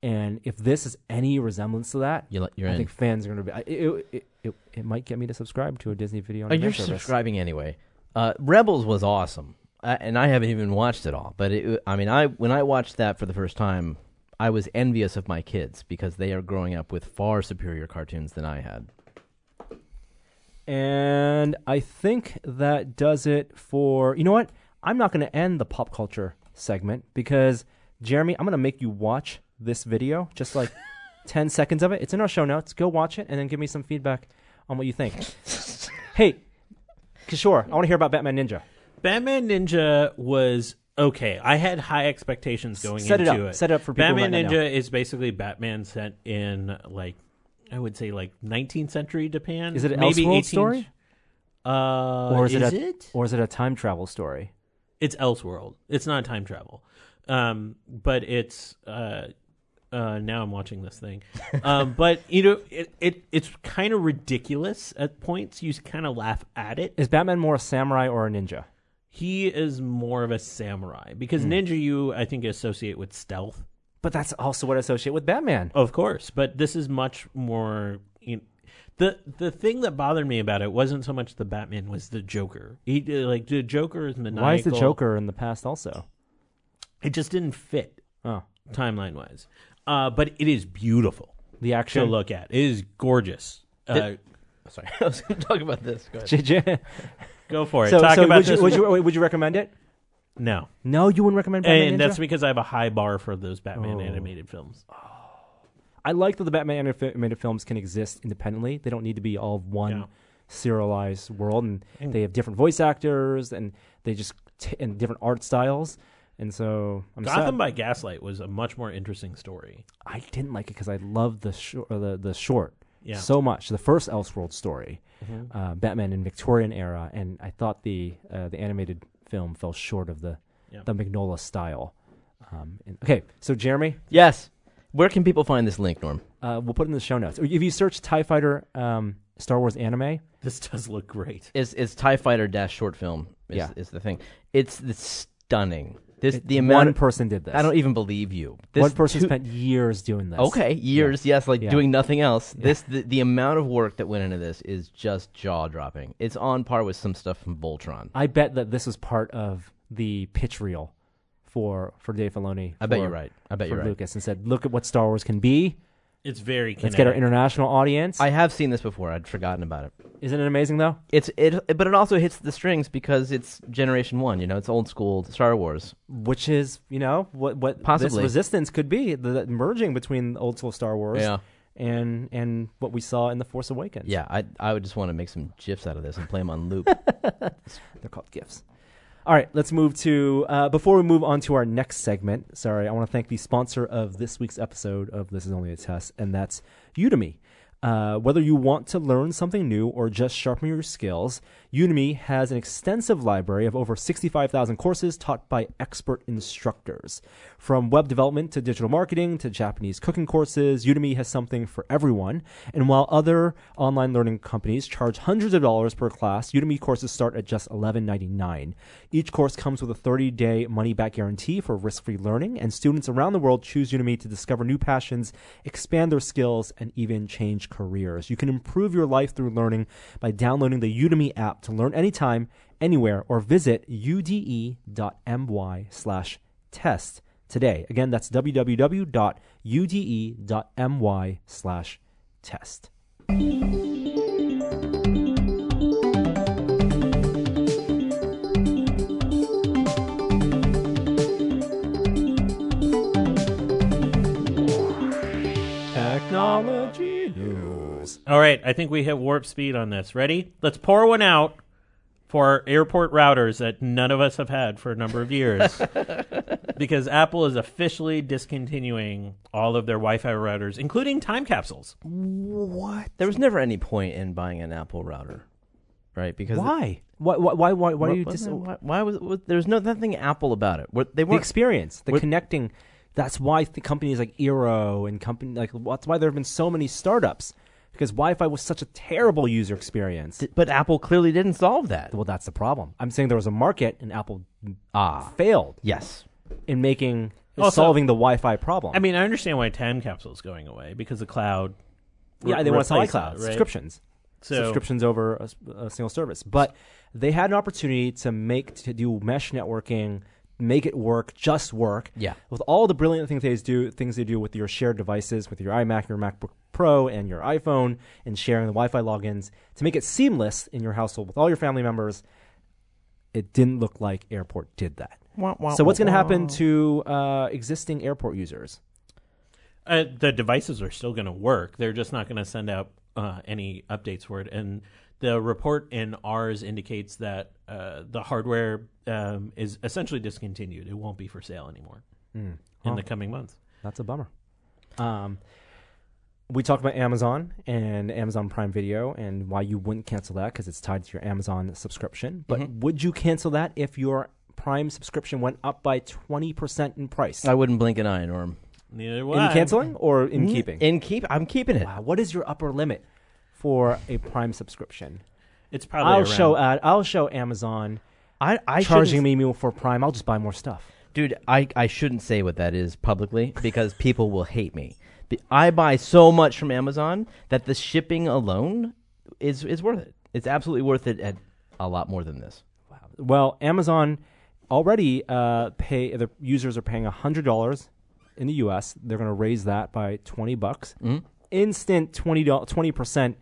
B: And if this is any resemblance to that,
C: You li- you're
B: I
C: in.
B: think fans are going to be. It, it, it, it might get me to subscribe to a Disney Video on
C: Oh,
B: Demand
C: you're
B: service.
C: subscribing anyway. Uh, Rebels was awesome, uh, and I haven't even watched it all. But it, I mean, I when I watched that for the first time, I was envious of my kids because they are growing up with far superior cartoons than I had.
B: And I think that does it for. You know what? I'm not going to end the pop culture segment because, Jeremy, I'm going to make you watch this video, just like 10 seconds of it. It's in our show notes. Go watch it and then give me some feedback on what you think. hey, Kishore, I want to hear about Batman Ninja.
D: Batman Ninja was okay. I had high expectations going
B: set it
D: into
B: up. Set it up for people who
D: Batman
B: might not
D: Ninja
B: know.
D: is basically Batman set in like I would say like 19th century Japan.
B: Is it an
D: maybe
B: Elseworld
D: 18th
B: story?
D: Uh,
B: Or is it
D: is
B: a-
D: it?
B: Or is it a time travel story?
D: It's Elseworld. It's not time travel, um, but it's. Uh, uh, now I'm watching this thing, um, but you know it, it it's kind of ridiculous at points. You kind of laugh at it.
B: Is Batman more a samurai or a ninja?
D: He is more of a samurai because
B: Hmm.
D: ninja you I think associate with stealth.
B: But that's also what I associate with Batman.
D: Of course, but this is much more. You the the thing that bothered me about it wasn't so much the Batman was the Joker. He uh, like the Joker is maniacal.
B: Why is the Joker in the past also?
D: It just didn't fit
B: Oh,
D: timeline wise. Uh, but it is beautiful
B: the
D: to
B: action.
D: look at. It is gorgeous. Uh,
C: Sorry, I was going to talk about this. Go ahead.
D: go for it.
B: so,
D: Talk
B: so
D: about
B: would,
D: this.
B: you, would, you, would you recommend it?
D: no,
B: No, you wouldn't recommend Batman
D: and
B: Ninja? Oh.
D: that's because I have a high bar for those Batman animated films.
B: I like that the Batman anim- animated films can exist independently. They don't need to be all of one
D: Yeah.
B: serialized world, and they have different voice actors, and they just t- and different art styles. And so I'm
D: Gotham
B: sad.
D: by Gaslight was a much more interesting story.
B: I didn't like it because I loved the shor- uh, the the short
D: Yeah.
B: so much. The first Elseworld story, uh, Batman in Victorian era, and I thought the uh, the animated film fell short of the
D: Yeah.
B: the Magnolia style. Um, and- okay, so Jeremy,
C: Yes. Where can people find this link, Norm?
B: uh, we'll put it in the show notes. Or If you search Tie Fighter um, Star Wars anime,
D: This does look great.
C: It's, it's Tie Fighter Dash short film. Is,
B: Yeah.
C: is the thing. It's, it's stunning. This the amount.
B: one
C: of-
B: person did this.
C: I don't even believe you. This
B: one person
C: two-
B: spent years doing this.
C: Okay, years, yes, like
B: Yeah.
C: doing nothing else. This the, the amount of work that went into this is just jaw dropping. It's on par with some stuff from Voltron.
B: I bet that this was part of the pitch reel for for Dave Filoni.
C: I bet
B: for-
C: you're right. I bet
B: for
C: you're right.
B: Lucas and said, "Look at what Star Wars can be.
D: It's very. Kinetic.
B: Let's get our international audience."
C: I have seen this before. I'd forgotten about it.
B: Isn't it amazing though?
C: It's it, but it also hits the strings because it's Generation One. You know, it's old school Star Wars.
B: Which is, you know, what what
C: Possibly.
B: this resistance could be the, the merging between old school Star Wars
C: Yeah.
B: and and what we saw in the Force Awakens.
C: Yeah, I I would just want to make some gifs out of this and play them on loop.
B: They're called gifts. All right, let's move to. Uh, before we move on to our next segment, sorry, I want to thank the sponsor of this week's episode of This Is Only a Test, and that's Udemy. Uh, whether you want to learn something new or just sharpen your skills, Udemy has an extensive library of over 65,000 courses taught by expert instructors. From web development to digital marketing to Japanese cooking courses, Udemy has something for everyone. And while other online learning companies charge hundreds of dollars per class, Udemy courses start at just $11.99. Each course comes with a 30 day money back guarantee for risk free learning, and students around the world choose Udemy to discover new passions, expand their skills, and even change careers. You can improve your life through learning by downloading the Udemy app to learn anytime, anywhere, or visit E ude.my slash test today. Again, that's E www.ude.my slash test. Technology news.
D: All right, I think we hit warp speed on this. Ready? Let's pour one out for our airport routers that none of us have had for a number of years. because Apple is officially discontinuing all of their Wi Fi routers, including time capsules.
B: What?
C: there was never any point in buying an Apple router, right? Because
B: Why? Why? Why? Why, why, why
C: Wha-
B: do you
C: wasn't
B: dis-
C: it- why, why was, was there's no nothing Apple about it? What they
B: the
C: weren't
B: experience, the
C: We're-
B: connecting? That's why th- companies like Eero and company like that's why there have been so many startups because Wi-Fi was such a terrible user experience.
C: but Apple clearly didn't solve that.
B: well, that's the problem. I'm saying there was a market and Apple ah failed
C: Yes.
B: in making
D: Also-
B: solving the Wi-Fi problem.
D: I mean, I understand why time capsules going away because the cloud.
B: yeah,
D: re-
B: they want to sell
D: replaced
B: iCloud
D: it, right?
B: subscriptions.
D: So-
B: subscriptions over a, s- a single service. But they had an opportunity to make to do mesh networking, make it work, just work.
C: Yeah.
B: With all the brilliant things they do, things they do with your shared devices, with your iMac, your MacBook Pro, and your iPhone, and sharing the Wi-Fi logins to make it seamless in your household with all your family members. It didn't look like Airport did that. so what's going to happen to uh, existing Airport users?
D: Uh, the devices are still going to work. They're just not going to send out uh, any updates for it. And the report in ours indicates that uh, the hardware um, is essentially discontinued. It won't be for sale anymore in the coming months.
B: That's a bummer. Um, we talked about Amazon and Amazon Prime Video and why you wouldn't cancel that because it's tied to your Amazon subscription. But would you cancel that if your Prime subscription went up by 20% in price?
C: I wouldn't blink an eye, Norm.
D: Neither will
B: in
D: I.
B: canceling or in keeping?
C: In keep I'm keeping it.
B: wow, what is your upper limit for a Prime subscription?
D: It's probably
B: I'll
D: around-
B: show ad, I'll show Amazon
C: I, I
B: charging
C: shouldn't-
B: me more for Prime. I'll just buy more stuff.
C: Dude, I, I shouldn't say what that is publicly because people will hate me. The- I buy so much from Amazon that the shipping alone is is worth it. It's absolutely worth it at a lot more than this.
B: Well, Amazon already uh, pay the users are paying hundred dollars in the U.S. They're going to raise that by twenty bucks.
C: Mm-hmm.
B: Instant 20 percent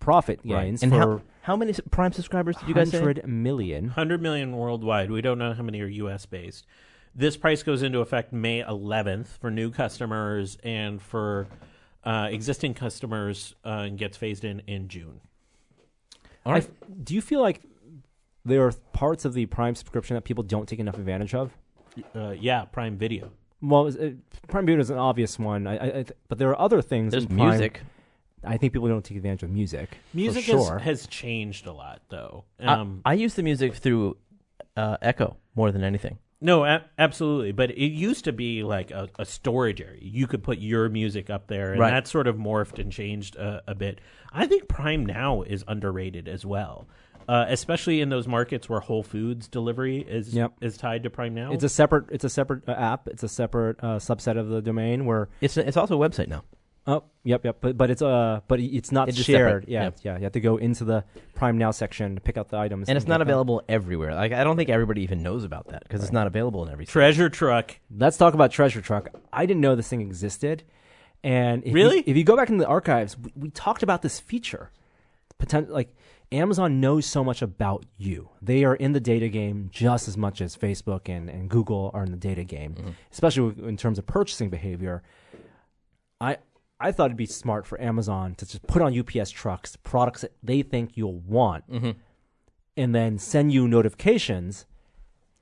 B: profit gains
C: And how,
B: for
C: how many s- Prime subscribers did you guys say?
B: hundred million.
D: 100 million worldwide. We don't know how many are US based. This price goes into effect May 11th for new customers and for uh, existing customers uh, and gets phased in in June.
B: I
C: All right.
B: f- do you feel like there are parts of the Prime subscription that people don't take enough advantage of?
D: Uh, yeah, Prime Video.
B: Well, it's- uh, Prime Video is an obvious one, I, I, I th- but there are other things.
C: There's
B: in Prime-
C: music.
B: I think people don't take advantage of music. for
D: Music
B: sure.
D: has, has changed a lot, though.
C: I-
D: Um,
C: I, use the music through uh, Echo more than anything.
D: no, a- absolutely. But it used to be like a, a storage area. You could put your music up there, and
C: Right.
D: that sort of morphed and changed uh, a bit. I think Prime now is underrated as well, uh, especially in those markets where Whole Foods delivery is
B: Yep.
D: is tied to Prime now.
B: It's
C: Oh.
B: a separate. It's a separate uh, app. It's a separate uh, subset of the domain where.
C: It's it's also a website now.
B: Oh, yep, yep. But but it's uh, but it's not
C: It's just
B: shared.
C: separate,
B: Yeah,
C: yep.
B: yeah. You have to go into the Prime Now section to pick out the items,
C: and it's
B: things like
C: not
B: that.
C: available everywhere. Like I don't think everybody even knows about that because it's not available in every. state.
D: treasure truck.
B: Let's talk about Treasure Truck. I didn't know this thing existed, and if
D: Really?
B: you, if you go back in the archives, we, we talked about this feature. Potent, like Amazon knows so much about you. They are in the data game just as much as Facebook and, and
C: Mm-hmm.
B: Google are in the data game, especially in terms of purchasing behavior. I I thought it'd be smart for Amazon to just put on UPS trucks products that they think you'll want,
C: Mm-hmm.
B: and then send you notifications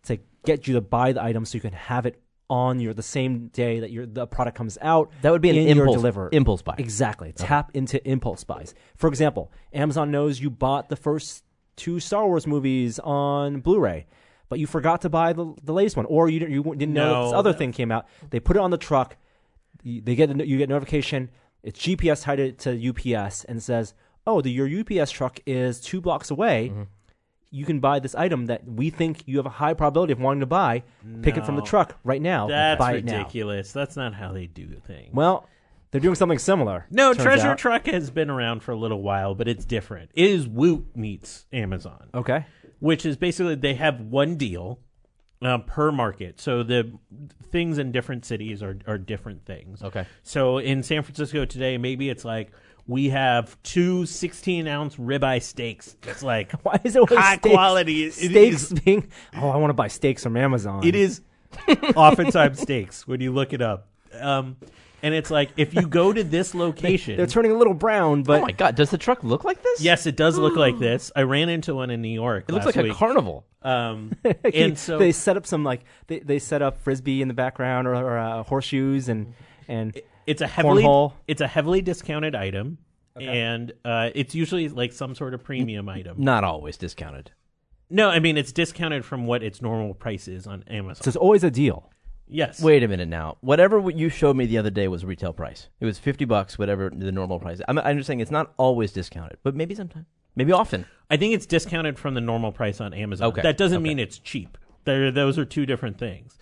B: to get you to buy the item so you can have it on your the same day that your the product comes out.
C: That would be an
B: in your
C: impulse-
B: deliver.
C: impulse buy.
B: Exactly.
D: Uh-huh.
B: Tap into impulse buys. For example, Amazon knows you bought the first two Star Wars movies on Blu-ray, but you forgot to buy the, the latest one, or you didn't, you didn't know that this
D: No,
B: other
D: that-
B: thing came out. They put it on the truck. You- They get a, no- you get notification. It's GPS tied it to UPS and says, "Oh, the, your UPS truck is two blocks away."
D: Mm-hmm.
B: You can buy this item that we think you have a high probability of wanting to buy. Pick it from the
D: No.
B: truck right now.
D: That's
B: buy it now.
D: ridiculous. That's not how they do things.
B: Well, they're doing something similar.
D: no,
B: turns
D: Treasure
B: out.
D: Truck has been around for a little while, but it's different. It is Woot meets Amazon,
B: Okay.
D: which is basically they have one deal uh, per market. So the things in different cities are, are different things.
C: Okay.
D: So in San Francisco today, maybe it's like we have two 16 ounce ribeye steaks. It's like
B: Why is it always
D: high
B: steaks?
D: quality? It- it
B: steaks
D: is-
B: being? Oh, I want to buy steaks from Amazon.
D: It is oftentimes steaks when you look it up. Um, and it's like if you go to this location.
B: They're turning a little brown, but
C: Oh my god, does the truck look like this?
D: yes, it does look like this. I ran into one in New York.
C: It looks
D: last
C: like
D: week.
C: a carnival.
D: Um,
B: Like,
D: and
B: he-
D: so
B: they set up some like they, they set up frisbee in the background or, or uh, horseshoes and and
D: it's a heavily
B: cornhole.
D: it's a heavily discounted item, and uh, it's usually like some sort of premium item.
C: Not always discounted.
D: No, I mean it's discounted from what its normal price is on Amazon.
B: so it's always a deal.
D: yes.
C: Wait a minute now. Whatever what you showed me the other day was retail price. It was fifty bucks, whatever the normal price. I'm, I'm just saying it's not always discounted, but maybe sometimes, maybe often.
D: I think it's discounted from the normal price on Amazon.
C: Okay,
D: That doesn't
C: okay.
D: mean it's cheap. There, those are two different things.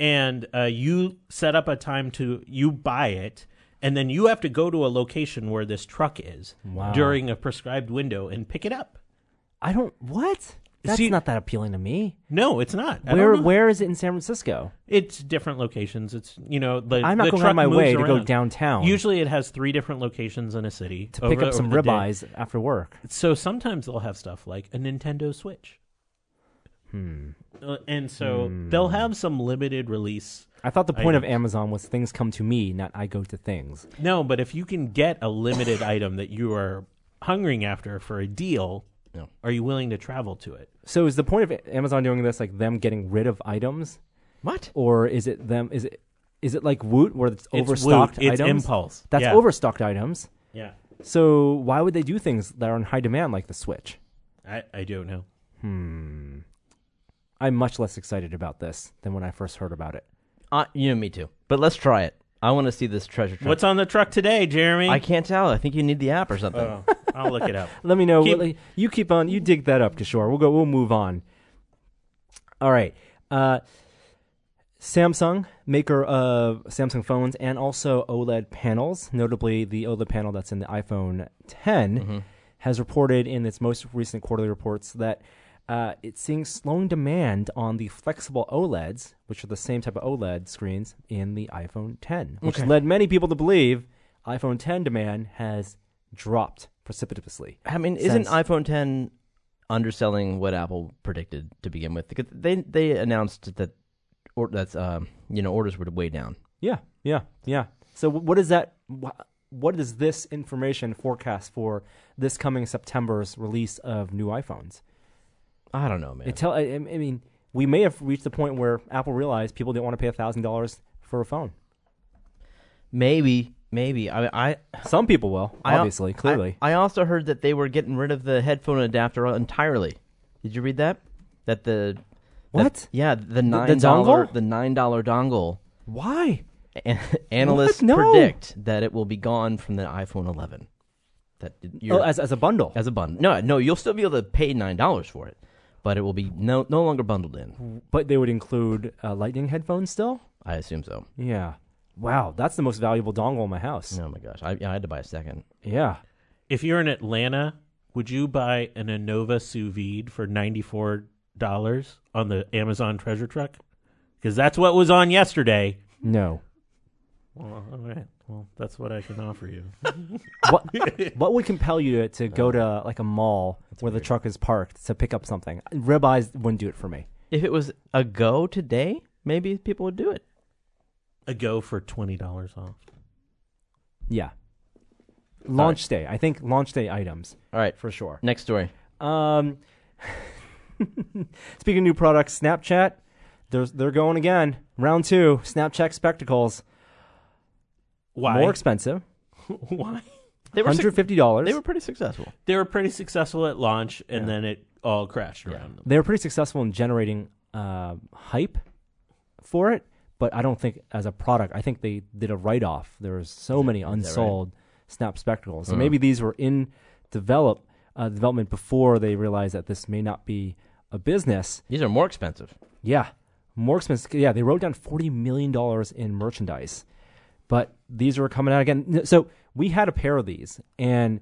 D: And uh, you set up a time to you buy it, and then you have to go to a location where this truck is
B: Wow.
D: during a prescribed window and pick it up.
B: I don't what. That's
D: See-
B: not that appealing to me.
D: No, it's not. I don't
B: Where
D: know.
B: where is it in San Francisco?
D: It's different locations. It's you know the
B: I'm not
D: the
B: going
D: truck
B: out of my
D: moves
B: way to go
D: around.
B: downtown.
D: Usually, it has three different locations in a city
B: To
D: over-
B: pick up some
D: over the day.
B: ribeyes after work.
D: So sometimes they'll have stuff like a Nintendo Switch. Hmm. and so they'll have some limited release.
B: I thought the point of
D: Items.
B: Amazon was things come to me, not I go to things.
D: No, but if you can get a limited item that you are hungering after for a deal, are you willing to travel to it?
B: So is the point of Amazon doing this like them getting rid of items,
C: What?
B: or is it them? Is it is it like Woot where it's,
D: It's
B: overstocked
D: Woot. It's
B: items?
D: impulse.
B: That's
D: Yeah.
B: overstocked items.
D: Yeah,
B: So why would they do things that are in high demand like the Switch?
D: I, I don't know.
B: I'm much less excited about this than when I first heard about it.
C: Uh, you know, me too. But let's try it. I want to see this treasure truck.
D: What's on the truck today, Jeremy?
C: I can't tell. I think you need the app or something.
D: Oh, I'll look it up.
B: Let me know.
D: Keep-
B: what- you keep on. You dig that up, Kishore. We'll go. We'll move on. All right. Uh, Samsung, maker of Samsung phones and also OLED panels, notably the OLED panel that's in the iPhone 10, has reported in its most recent quarterly reports that uh, it's seeing slowing demand on the flexible OLEDs, which are the same type of OLED screens in the iPhone 10, which led many people to believe iPhone 10 demand has dropped precipitously.
C: I mean, isn't
B: Sense.
C: iPhone 10 underselling what Apple predicted to begin with? Because they they announced that or that's um, you know orders were way down.
B: Yeah, yeah, yeah. So wh- what is that? wh- What is this information forecast for this coming September's release of new iPhones?
C: I don't know, man.
B: It tell. I, I mean, we may have reached the point where Apple realized people didn't want to pay thousand dollars for a phone.
C: maybe, maybe. I I
B: Some people will,
C: I al-
B: obviously, clearly.
C: I, I also heard that they were getting rid of the headphone adapter entirely. Did you read that? That the that-
B: What?
C: yeah, the
B: the
C: nine dollar
B: dongle?
C: the, nine dollar dongle.
B: Why?
C: An- analysts
B: No.
C: predict that it will be gone from the iPhone 11. That
B: Oh,
C: you're-
B: as as a bundle.
C: as a bundle. No, no, you'll still be able to pay nine dollars for it, but it will be no no longer bundled in.
B: but they would include uh, Lightning headphones still.
C: I assume so.
B: Yeah. Wow, that's the most valuable dongle in my house.
C: Oh my gosh, I, yeah, I had to buy a second.
B: Yeah.
D: if you're in Atlanta, would you buy an Anova sous vide for ninety four dollars on the Amazon treasure truck? Because that's what was on yesterday.
B: No.
D: Well, all right. Well, that's what I can offer you.
B: what what would compel you to, to
C: Uh,
B: go to like a mall where the truck is parked to pick up something? Ribeyes wouldn't do it for me.
C: If it was a go today, maybe people would do it.
D: A go for twenty dollars off.
B: Yeah. Launch day. I think launch day items
C: All right.
B: for sure.
C: Next story.
B: Um, speaking of new products, Snapchat, they're, they're going again. Round two, Snapchat spectacles.
D: Why?
B: More expensive,
D: Why?
C: They were suc-
B: $150.
C: they were pretty successful.
D: They were pretty successful at launch, and then it all crashed around them.
B: they were pretty successful in generating uh, hype for it, but I don't think as a product, I think they did a write off. There was so many unsold Snap spectacles. So maybe these were in develop uh, development before they realized that this may not be a business.
C: These are more expensive.
B: Yeah, more expensive. Yeah, they wrote down forty million dollars in merchandise, but these were coming out again. N- So we had a pair of these, and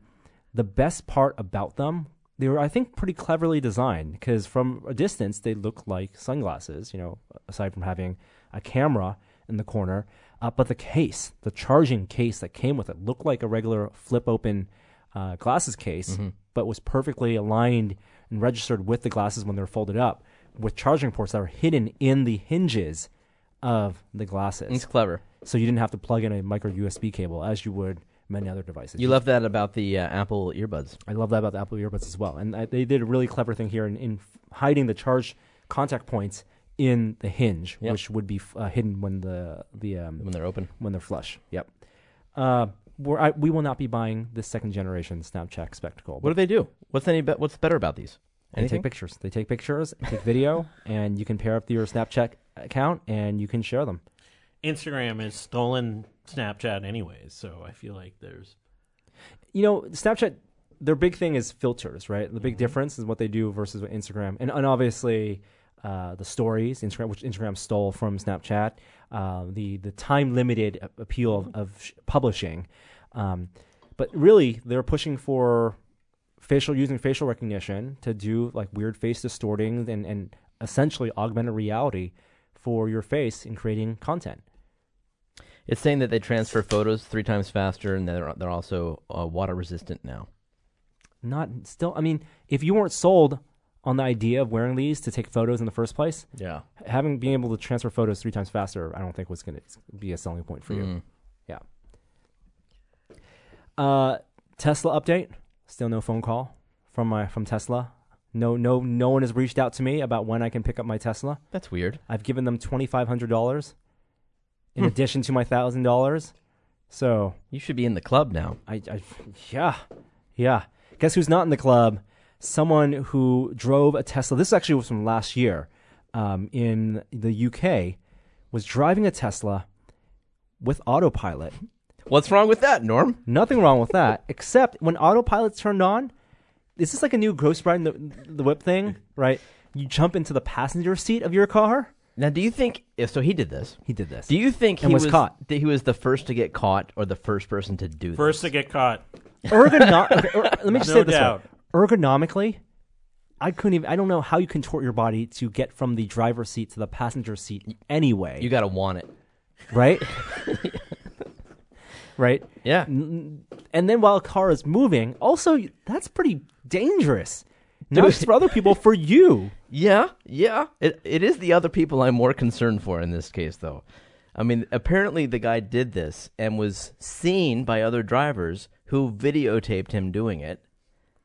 B: the best part about them, they were I think pretty cleverly designed because from a distance they look like sunglasses. You know, aside from having a camera in the corner, uh, but the case, the charging case that came with it, looked like a regular flip open uh, glasses case, but was perfectly aligned and registered with the glasses when they were folded up, with charging ports that were hidden in the hinges of the
C: It's
B: glasses.
C: clever.
B: So you didn't have to plug in a micro USB cable as you would many other devices.
C: You love that about the uh, Apple earbuds.
B: I love that about the Apple earbuds as well. And I, they did a really clever thing here in, in hiding the charge contact points in the hinge,
C: Yep.
B: which would be f- uh, hidden when the the um,
C: when they're open.
B: when they're flush. Yep. Uh, we're, I, we will not be buying this second generation Snapchat spectacle.
C: What do they do? What's any be- what's better about these?
B: They take
C: Anything?
B: pictures. They take pictures, take video, and you can pair up your Snapchat account and you can share them.
D: Instagram has stolen Snapchat, anyways, so I feel like there's
B: You know, Snapchat, their big thing is filters, right? The big difference is what they do versus what Instagram, and, and obviously uh, the stories, Instagram, which Instagram stole from Snapchat, uh, the the time limited appeal of, of sh- publishing, um, but really they're pushing for facial using facial recognition to do like weird face distorting and, and essentially augmented reality for your face in creating content.
C: It's saying that they transfer photos three times faster, and they're they're also uh, water resistant now.
B: Not still, I mean, if you weren't sold on the idea of wearing these to take photos in the first place,
C: Yeah.
B: having being able to transfer photos three times faster, I don't think was going to be a selling point for
C: Mm.
B: you. Yeah. Uh, Tesla update. Still no phone call from my from Tesla. No, no, no one has reached out to me about when I can pick up my Tesla.
C: That's weird.
B: I've given them twenty five hundred dollars in addition to my thousand dollars. So
C: You should be in the club now.
B: I, I, yeah, yeah. Guess who's not in the club? Someone who drove a Tesla. This actually was from last year um, in the UK. Was driving a Tesla with autopilot.
C: What's wrong with that, Norm?
B: Nothing wrong with that, except when autopilot's turned on. Is this like a new Ghost Ride in the, the Whip thing? Right? You jump into the passenger seat of your car.
C: Now, do you think? If, so he did this.
B: He did this.
C: Do you think he
B: And was caught.
C: That he was the first to get caught, or the first person to do
D: first to get caught.
B: Ergonom- okay, er- let me just
D: No
B: say it this
D: doubt.
B: way. ergonomically i couldn't even i don't know how you contort your body to get from the driver's seat to the passenger seat anyway
C: this? You got to want it.
B: right right
C: Yeah.
B: and then while a car is moving also that's pretty dangerous not
C: Dude.
B: just for other people for you
C: Yeah, yeah. It it is the other people I'm more concerned for in this case though. I mean, apparently the guy did this and was seen by other drivers who videotaped him doing it.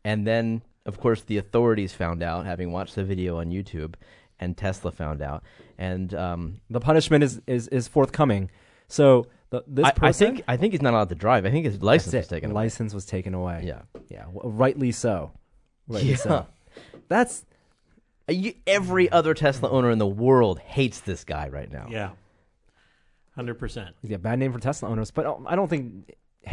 C: And then of course the authorities found out having watched the video on YouTube and Tesla found out. And um
B: the punishment is is, is forthcoming so the, this
C: I, I
B: person
C: think I think he's not allowed to drive. I think his license
B: that's
C: was
B: it.
C: taken away.
B: license was taken away
C: Yeah.
B: yeah w- rightly so rightly
C: Yeah.
B: so that's
C: Uh, you- every other Tesla owner in the world hates this guy right now.
D: Yeah, hundred percent.
B: yeah, bad name for Tesla owners, but oh, I don't think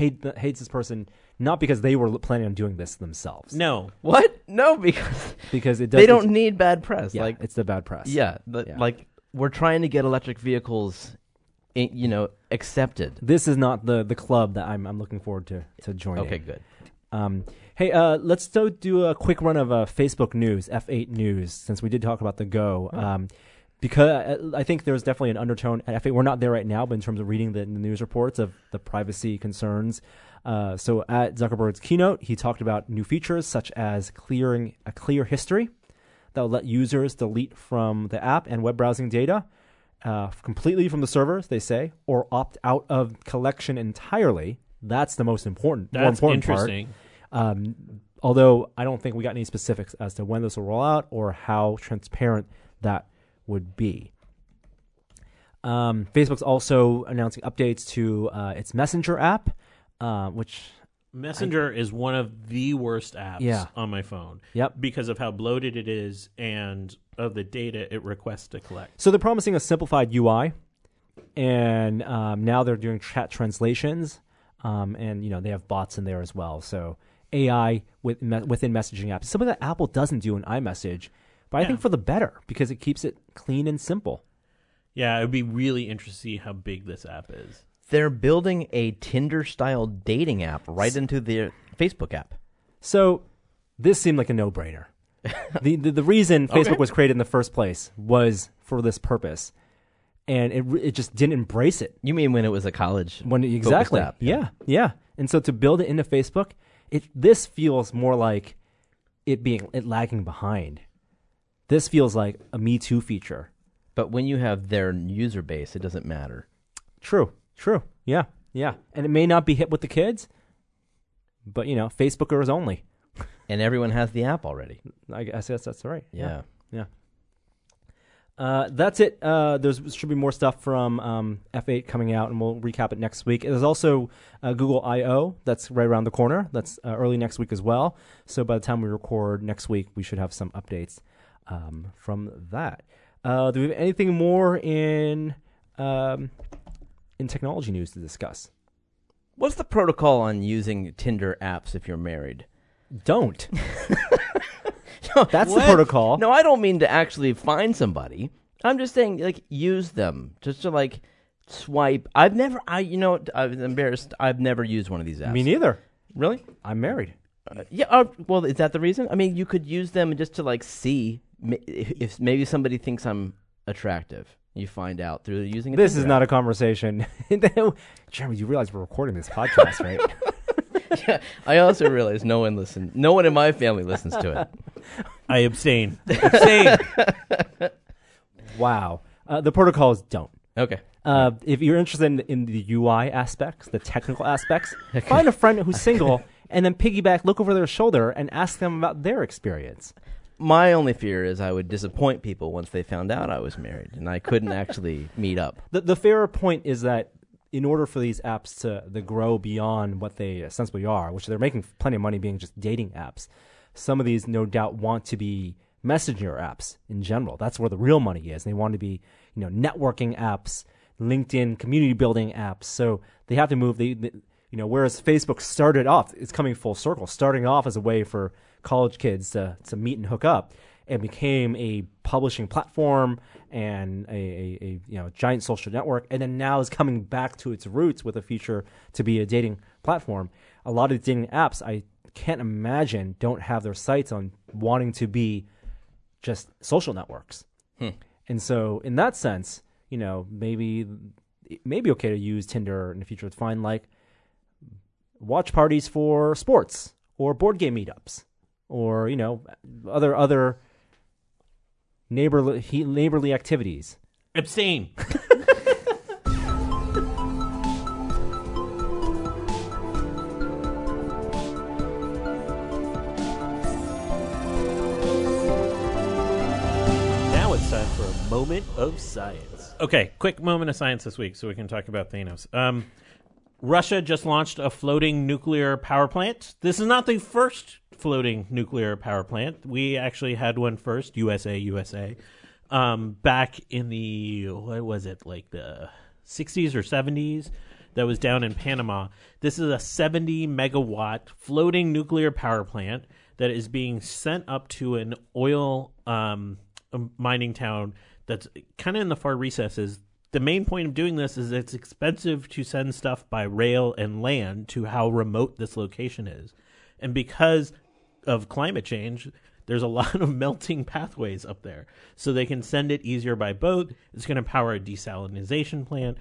B: hate hates this person not because they were planning on doing this themselves.
D: No,
C: What? No, because
B: because it does,
C: they don't
B: It's,
C: need bad press.
B: yeah,
C: like
B: it's the bad press.
C: Yeah, the,
B: Yeah.
C: like we're trying to get electric vehicles, i- you know, accepted.
B: this is not the the club that I'm I'm looking forward to to joining.
C: Okay, good.
B: Um, hey, uh, let's do, do a quick run of uh, Facebook news, F8 news, since we did talk about the Go.
D: Mm-hmm.
B: Um, because uh, I think there's definitely an undertone at F8. We're not there right now, but in terms of reading the, the news reports of the privacy concerns. Uh, so at Zuckerberg's keynote, he talked about new features such as clearing a clear history that will let users delete from the app and web browsing data uh, completely from the servers, they say, or opt out of collection entirely That's the most important, more
D: That's
B: important
D: interesting.
B: part. Um, although I don't think we got any specifics as to when this will roll out or how transparent that would be. Um, Facebook's also announcing updates to uh, its Messenger app, uh, which
D: Messenger is one of the worst apps
B: Yeah.
D: on my phone.
B: Yep.
D: Because of how bloated it is and of the data it requests to collect.
B: So they're promising a simplified UI, and um, now they're doing chat translations, um, and you know they have bots in there as well. So AI with me- within messaging apps, something that Apple doesn't do in iMessage, but I think for the better because it keeps it clean and simple.
D: Yeah, it would be really interesting to see how big this app is.
C: They're building a Tinder style dating app right into their Facebook app.
B: So this seemed like a no-brainer. the, the the reason Facebook
D: Okay.
B: was created in the first place was for this purpose, and it re- it just didn't embrace it.
C: You mean when it was a college
B: when
C: focused
B: exactly
C: app?
B: yeah. yeah and so to build it into facebook it this feels more like it being it lagging behind this feels like a me too feature
C: But when you have their user base, it doesn't matter.
B: true true yeah yeah and it may not be hit with the kids but you know facebookers only
C: And everyone has the app already.
B: i guess that's, that's right
C: Yeah.
B: yeah uh, that's it. Uh, there's should be more stuff from um, F8 coming out, and we'll recap it next week. There's also uh, Google I/O that's right around the corner. That's uh, early next week as well. So by the time we record next week, we should have some updates um, from that. Uh, do we have anything more in um, in technology news to discuss?
C: What's the protocol on using Tinder apps if you're married?
B: Don't. that's the protocol.
C: No, I don't mean to actually find somebody. I'm just saying, like, use them just to like swipe. I've never, I, you know, I'm embarrassed. I've never used one of these apps.
B: Me neither.
C: really?
B: I'm married.
C: Uh, yeah. Uh, well, is that the reason? I mean, you could use them just to like see ma- if if maybe somebody thinks I'm attractive. You find out through using a
B: This
C: Tinder
B: is
C: app.
B: not a conversation. Jeremy, you realize we're recording this podcast, right?
C: I also realize no one listens. No one in my family listens to it.
D: I abstain. abstain.
B: Wow. Uh, the protocols don't.
C: Okay.
B: Uh, if you're interested in, in the UI aspects, the technical aspects, find a friend who's single and then piggyback, look over their shoulder, and ask them about their experience.
C: My only fear is I would disappoint people once they found out I was married and I couldn't actually meet up.
B: The, the fairer point is that in order for these apps to, to grow beyond what they essentially are, which they're making plenty of money being just dating apps, some of these no doubt want to be messenger apps in general. That's where the real money is. They want to be, you know, networking apps, LinkedIn community building apps. So they have to move. They, they you know, whereas Facebook started off, it's coming full circle, starting off as a way for college kids to, to meet and hook up and became a publishing platform and a, a, a you know giant social network and then now is coming back to its roots with a feature to be a dating platform a lot of dating apps i can't imagine don't have their sights on wanting to be just social networks and so in that sense you know maybe it may be okay to use tinder in the future to find like watch parties for sports or board game meetups or you know other other neighborly he, neighborly activities.
D: abstain. Now it's time for a moment of science. Okay, quick moment of science this week so we can talk about Thanos. Um, Russia just launched a floating nuclear power plant. This is not the first floating nuclear power plant. We actually had one first, USA, USA, um, back in the, what was it, like the 60s or 70s? That was down in Panama. This is a 70 megawatt floating nuclear power plant that is being sent up to an oil um, mining town that's kind of in the far recesses the main point of doing this is it's expensive to send stuff by rail and land to how remote this location is. And because of climate change, there's a lot of melting pathways up there. So they can send it easier by boat. It's going to power a desalinization plant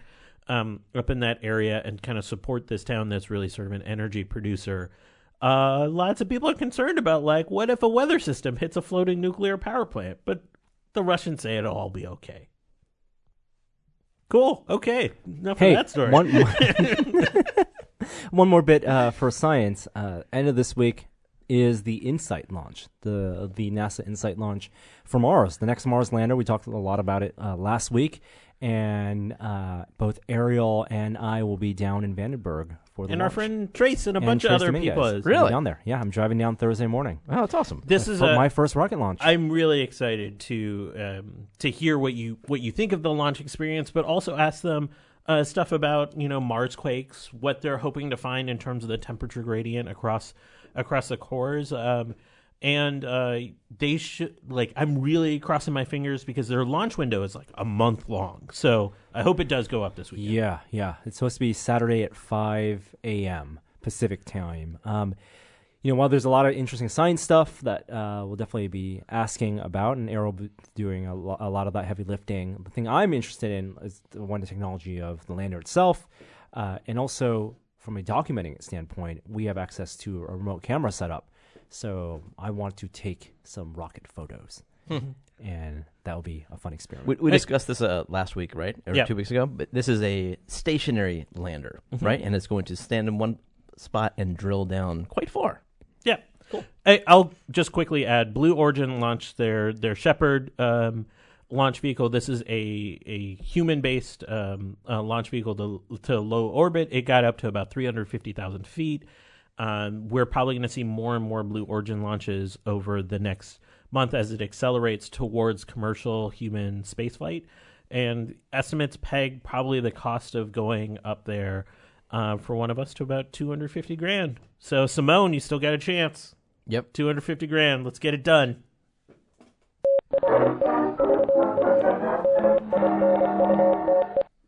D: um, up in that area and kind of support this town that's really sort of an energy producer. Uh, lots of people are concerned about like, what if a weather system hits a floating nuclear power plant? But the Russians say it'll all be okay. Cool. Okay. Enough
B: Hey,
D: of that story.
B: one- one- One more bit uh, for science. Uh, end of this week is the Insight launch, the the NASA Insight launch for Mars, the next Mars lander. We talked a lot about it uh, last week, and uh, both Ariel and I will be down in Vandenberg for the
D: and our
B: launch.
D: friend Trace and a
B: And
D: bunch of
B: Trace
D: other
B: Dominguez.
D: people.
B: I'll
D: is-
B: be
C: Really?
B: down there. Yeah, I'm driving down Thursday morning.
C: Wow, that's awesome.
D: This is
B: for
D: a,
B: my first rocket launch.
D: I'm really excited to um, to hear what you what you think of the launch experience, but also ask them uh, stuff about you know Mars quakes, what they're hoping to find in terms of the temperature gradient across across the cores. Um, and uh, they should like I'm really crossing my fingers because their launch window is like a month long, so I hope it does go up this weekend.
B: Yeah, yeah. It's supposed to be Saturday at 5 a.m. Pacific time. Um, you know, while there's a lot of interesting science stuff that uh, we'll definitely be asking about, and Arrow doing a, lo- a lot of that heavy lifting, the thing I'm interested in is the one, the technology of the lander itself, uh, and also from a documenting standpoint, we have access to a remote camera setup. So I want to take some rocket photos,
D: Hmm.
B: and that will be a fun experiment.
C: We, we discussed this uh, last week, right? Or
D: Yeah. Mm-hmm.
C: two weeks ago. But this is a stationary lander, right? And it's going to stand in one spot and drill down quite far.
D: Yeah. I, I'll just quickly add Blue Origin launched their their Shepard um, launch vehicle. This is a a human based um, uh, launch vehicle to, to low orbit. It got up to about 350,000 feet. Um, we're probably going to see more and more Blue Origin launches over the next month as it accelerates towards commercial human spaceflight. And estimates peg probably the cost of going up there uh, for one of us to about 250 grand. So, Simone, you still got a chance.
C: Yep.
D: 250 grand. Let's get it done.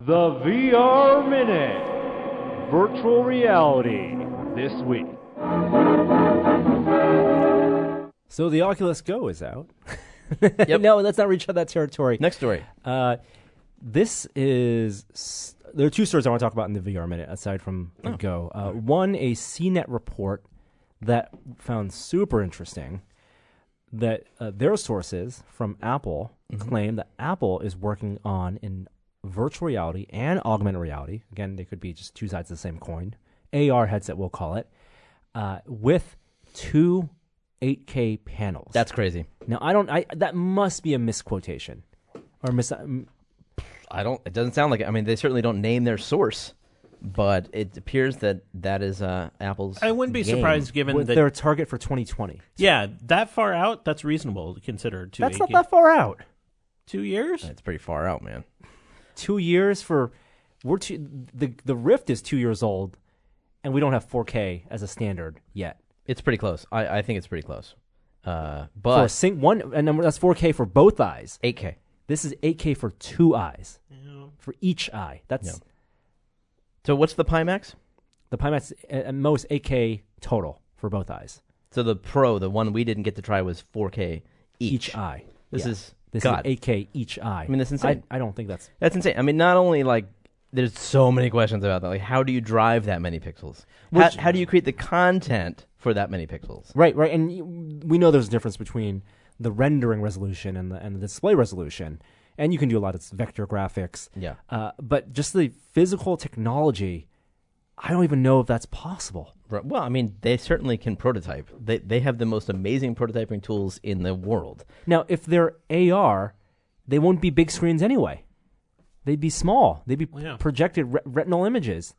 A: The VR Minute. Virtual reality this week.
B: So the Oculus Go is out.
C: Yep.
B: no, let's not reach out that territory.
C: Next story.
B: Uh, this is. s- There are two stories I want to talk about in the VR minute, aside from the Go. Uh, one, a CNET report that found super interesting that uh, their sources from Apple claim that Apple is working on in virtual reality and augmented reality. Again, they could be just two sides of the same coin. AR headset, we'll call it, uh, with two 8K panels.
C: That's crazy.
B: Now I don't. I that must be a misquotation, or mis.
C: I don't. It doesn't sound like it. I mean, they certainly don't name their source, but it appears that that is uh, Apple's.
D: I wouldn't be
C: game.
D: surprised given
B: with
D: that.
B: their target for 2020.
D: yeah, that far out, that's reasonable to consider. Two,
B: That's not
D: eight-
B: that far out.
D: two years?
C: It's pretty far out, man.
B: Two years for we're two, the the Rift is two years old, and we don't have 4K as a standard yet.
C: It's pretty close. I, I think it's pretty close. Uh,
B: For a
C: but
B: sing one, and then that's 4K for both eyes.
C: 8K.
B: This is 8K for two eyes, for each eye. That's
C: Yeah. So what's the Pimax?
B: the Pimax at at most 8K total for both eyes,
C: So the Pro, the one we didn't get to try, was 4K each.
B: each eye.
C: This
B: Yeah.
C: is
B: this
C: God.
B: is 8K each eye. I
C: mean, that's insane.
B: I don't think that's
C: That's insane. I mean, not only like there's so many questions about that. Like, how do you drive that many pixels?
B: Which-
C: how, how do you create the content for that many pixels?
B: Right, right, and you- we know there's a difference between the rendering resolution and the and the display resolution, and you can do a lot of vector graphics.
C: Yeah.
B: Uh, but just the physical technology, I don't even know if that's possible.
C: Right. Well, I mean, they certainly can prototype. They they have the most amazing prototyping tools in the world.
B: Now, if they're AR, they won't be big screens anyway. They'd be small. They'd be
D: yeah.
B: projected re- retinal images,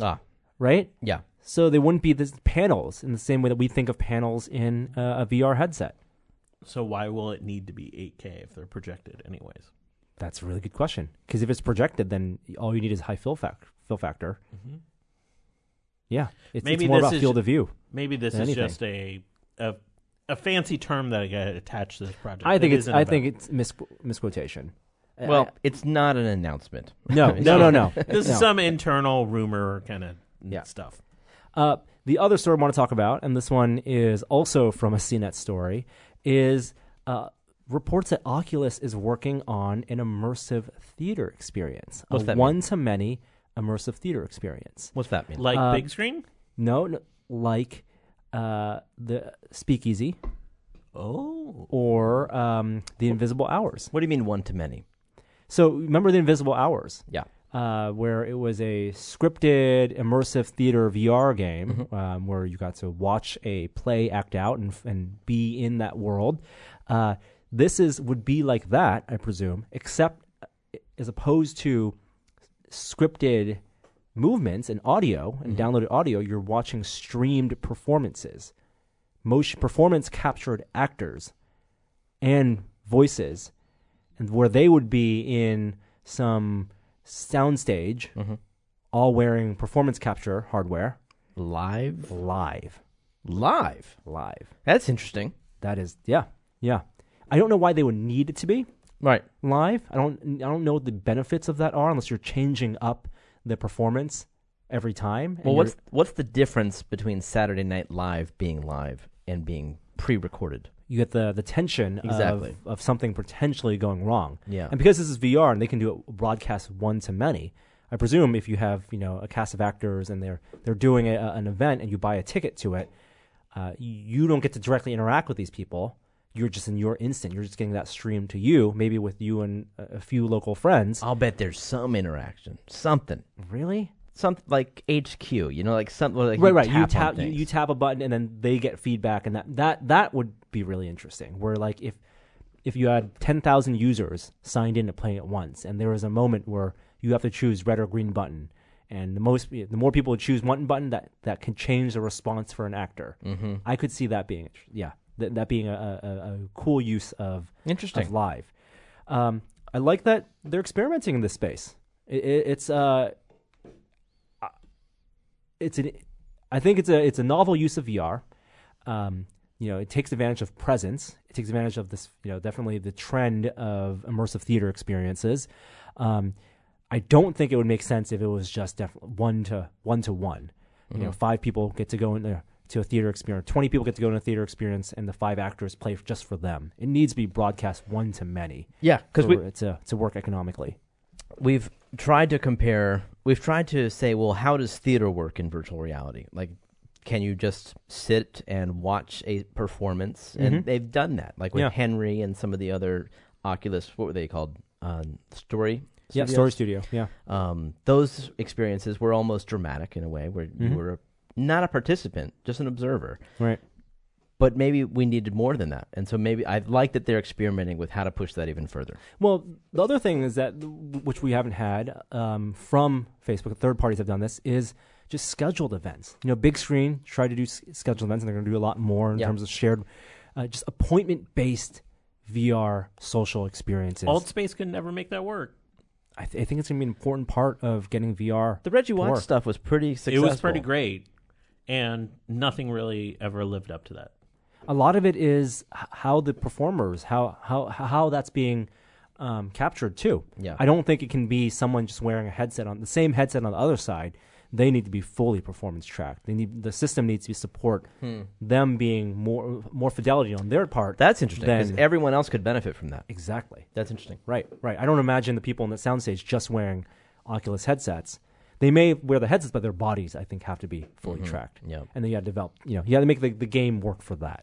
C: Ah,
B: right?
C: yeah.
B: So they wouldn't be the panels in the same way that we think of panels in uh, a VR headset.
D: So, why will it need to be 8K if they're projected, anyways?
B: That's a really good question. Because if it's projected, then all you need is high fill, fac- fill factor. Yeah, it's,
D: Maybe
B: it's more
D: this
B: about
D: is-
B: field of view.
D: Maybe this
B: Anything.
D: is just a, a a fancy term that I got attached to this project.
B: I think
D: It
B: it's
D: isn't
B: I
D: about-
B: think it's mis- misquotation. Uh, I-
C: Well, it's not an announcement.
B: no, no, no, no.
D: this
B: No.
D: is some internal rumor kind of stuff.
B: Uh, the other story I want to talk about, and this one is also from a CNET story, is uh, reports that Oculus is working on an immersive theater experience,
C: What's
B: a
C: that mean?
B: one-to-many immersive theater experience.
C: What's that mean?
D: Like
B: Um,
D: big screen?
B: No, no like uh, the Speakeasy.
D: Oh.
B: or um, the invisible hours.
C: What do you mean one to many?
B: So remember the invisible hours.
C: Yeah.
B: uh, where it was a scripted immersive theater VR game um, where you got to watch a play act out and, and be in that world. Uh, this is would be like that, I presume, except uh, as opposed to scripted movements and audio and downloaded audio, you're watching streamed performances, motion performance captured actors and voices, and where they would be in some soundstage,
C: Mm-hmm.
B: all wearing performance capture hardware,
C: Live?
B: live,
C: Live.
B: live.
C: That's interesting.
B: That is, yeah, yeah. I don't know why they would need it to be
C: Right.
B: live. I don't I don't know what the benefits of that are unless you're changing up the performance every time. and
C: Well,
B: you're-
C: what's what's the difference between Saturday Night Live being live and being pre-recorded?
B: you get the the tension
C: Exactly.
B: of, of something potentially going wrong.
C: Yeah.
B: And because this is VR and they can do it broadcast one to many, I presume if you have you know a cast of actors and they're they're doing a, an event and you buy a ticket to it, uh, you don't get to directly interact with these people. You're just in your instant. You're just getting that stream to you, maybe with you and a a few local friends.
C: I'll bet there's some interaction, something,
B: Really?
C: something like HQ. You know, like something like
B: right,
C: you
B: right.
C: Tap
B: you
C: on
B: tap, you,
C: things.
B: you tap a button, and then they get feedback, and that that that would be really interesting. Where like if if you had ten thousand users signed in to play at once, and there was a moment where you have to choose red or green button, and the most the more people would choose one button, that that can change the response for an actor. Mm-hmm. I could see that being inter- yeah, that that being a, a, a- a cool use of
C: Interesting.
B: of live. Um, I like that they're experimenting in this space. It, it, it's uh, it's an I think it's a it's a novel use of VR. Um, you know, it takes advantage of presence. It takes advantage of this, you know, definitely the trend of immersive theater experiences. Um, I don't think it would make sense if it was just def- one to one to one. You know, five people get to go in there to a theater experience. Twenty people get to go in a theater experience, and the five actors play just for them. It needs to be broadcast one to many
C: yeah, because we
B: for it to to work economically.
C: we've tried to compare we've tried to say well how does theater work in virtual reality like can you just sit and watch a performance and they've done that like with
B: Mm-hmm. Yeah.
C: henry and some of the other oculus what were they called um, story
B: Yeah,
C: studios?
B: story studio. Yeah,
C: um, those experiences were almost dramatic in a way where you were not a participant just an observer
B: right.
C: but maybe we needed more than that and so maybe i like that they're experimenting with how to push that even further
B: Well, the other thing is that which we haven't had um, from Facebook, third parties have done this is just scheduled events. You know, big screen try to do s- scheduled events, and they're going to do a lot more in
C: Yeah.
B: terms of shared, uh, just appointment based VR social experiences.
D: Alt Space could never make that work.
B: I, th- I think it's going to be an important part of getting VR.
C: the reggie watts
B: Sure.
C: stuff was pretty successful
D: It was pretty great, and nothing really ever lived up to that.
B: a lot of it is h- how the performers how how how that's being um, captured too.
C: Yeah.
B: I don't think it can be someone just wearing a headset on the same headset on the other side. They need to be fully performance tracked. They need the system needs to support them being more more fidelity on their part.
C: Hmm. That's interesting because
B: than-
C: everyone else could benefit from that.
B: exactly
C: That's interesting.
B: right, right. I don't imagine the people in the soundstage just wearing Oculus headsets. They may wear the headsets, but their bodies, I think, have to be fully
C: Mm-hmm.
B: tracked.
C: Yeah.
B: and then you got to develop. You know, you got to make the, the game work for that.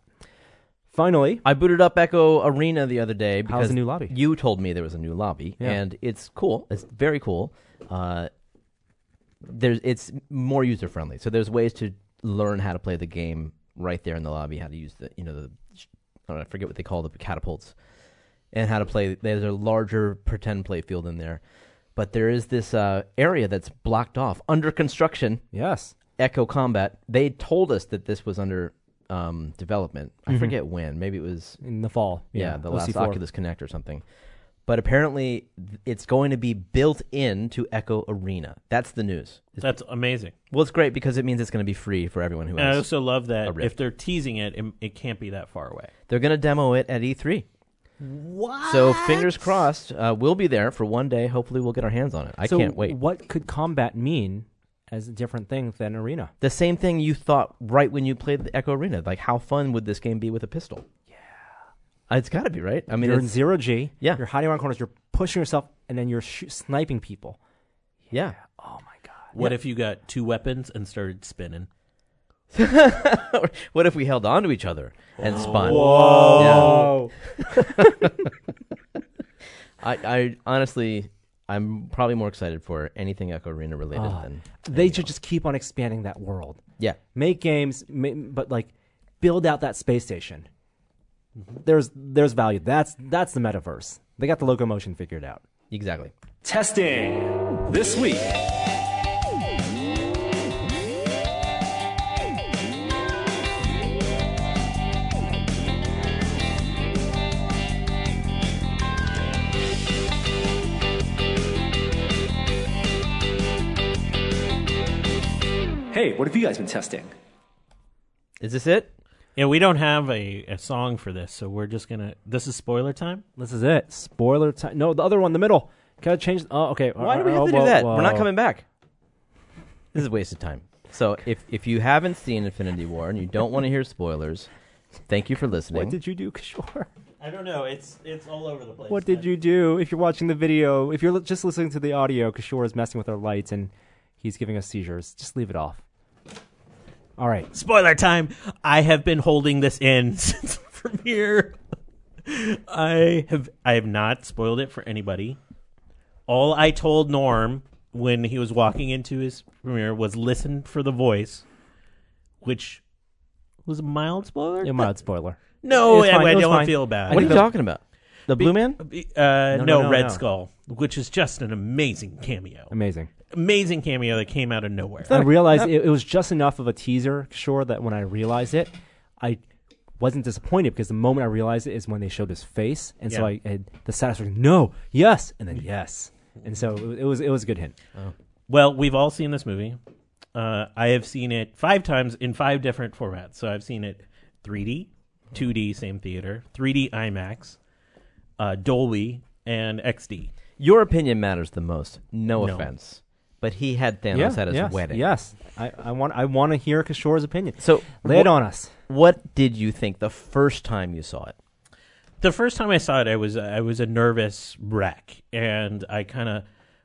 B: Finally,
C: I booted up Echo Arena the other day because
B: the new lobby?
C: You told me there was a new lobby,
B: Yeah.
C: and it's cool. It's very cool. Uh, there's it's more user friendly, so there's ways to learn how to play the game right there in the lobby. How to use the you know the I, don't know, I forget what they call the catapults, and how to play. There's a larger pretend play field in there, but there is this uh, area that's blocked off under construction.
B: yes.
C: Echo Combat, they told us that this was under um, development. I forget when. Maybe it was
B: in the fall.
C: yeah, the last
B: OC4.
C: Oculus Connect or something. But apparently, th- it's going to be built into Echo Arena. That's the news. It's-
D: That's amazing.
C: well, it's great because it means it's going to be free for everyone who
D: And I
C: has.
D: also love
C: A
D: that
C: rift.
D: if they're teasing it, it, it can't be that far away.
C: They're going to demo it at E3. What? So fingers crossed, uh, we'll be there for one day. Hopefully, we'll get our hands on it. I
B: So
C: can't wait.
B: What could combat mean as a different thing than arena?
C: The same thing you thought right when you played the Echo Arena. Like, how fun would this game be with a pistol? Yeah, it's got to be right. I mean,
B: You're
C: it's-
B: in zero G.
C: Yeah.
B: You're hiding around corners. You're pushing yourself, and then you're sh- sniping people.
C: Yeah.
B: Oh my god.
D: What if you got two weapons and started spinning?
C: what if we held on to each other and spun?
E: Oh.
C: Yeah. I, I honestly, I'm probably more excited for anything Echo Arena related
B: Ah.
C: than
B: They should just keep on expanding that world.
C: yeah.
B: Make games, ma- but like build out that space station. There's there's value. That's that's the metaverse. They got the locomotion figured out.
C: Exactly.
E: Testing this week. Hey, what have you guys been testing?
C: Is this it?
D: Yeah, we don't have a, a song for this, so we're just gonna. This is spoiler time.
B: This is it. Spoiler time. No, the other one, the middle. Gotta change. Oh, okay.
C: Why do we have
B: Oh,
C: to do
B: whoa,
C: that? We're not
B: whoa.
C: coming back. This is a waste of time. So if if you haven't seen Infinity War and you don't want to hear spoilers, thank you for listening.
B: What did you do, Kishore?
D: I don't know. It's it's all over the place.
B: What did you do? If you're watching the video, if you're li- just listening to the audio, Kishore is messing with our lights and he's giving us seizures. Just leave it off. All right.
D: Spoiler time. I have been holding this in since the premiere. I have I have not spoiled it for anybody. All I told Norm when he was walking into his premiere was listen for the voice, which was a mild spoiler.
B: A mild spoiler.
D: no,
B: It's fine,
D: I
B: it was
D: don't
B: fine.
D: feel bad.
C: What are you talking about? The Blue Man?
D: Uh, no,
B: no,
D: Red
B: no.
D: Skull, which is just an amazing cameo.
B: Amazing.
D: Amazing cameo that came out of nowhere.
B: I realized it, it was just enough of a teaser, Kishore, that when I realized it, I wasn't disappointed because the moment I realized it is when they showed his face. And so
D: Yeah.
B: I had the satisfaction, no, yes, and then yes. And so it, it was it was a good hint.
D: Well, we've all seen this movie. Uh, I have seen it five times in five different formats. So I've seen it 3D, 2D, same theater, 3D IMAX, uh, Dolby, and XD.
C: Your opinion matters the most. No,
D: No.
C: offense. But he had Thanos
B: Yeah,
C: at his
B: yes,
C: wedding.
B: Yes. I, I want I want to hear Kishore's opinion.
C: So
B: lay it
C: wh-
B: on us.
C: What did you think the first time you saw it?
D: The first time I saw it, I was I was a nervous wreck, and I kind of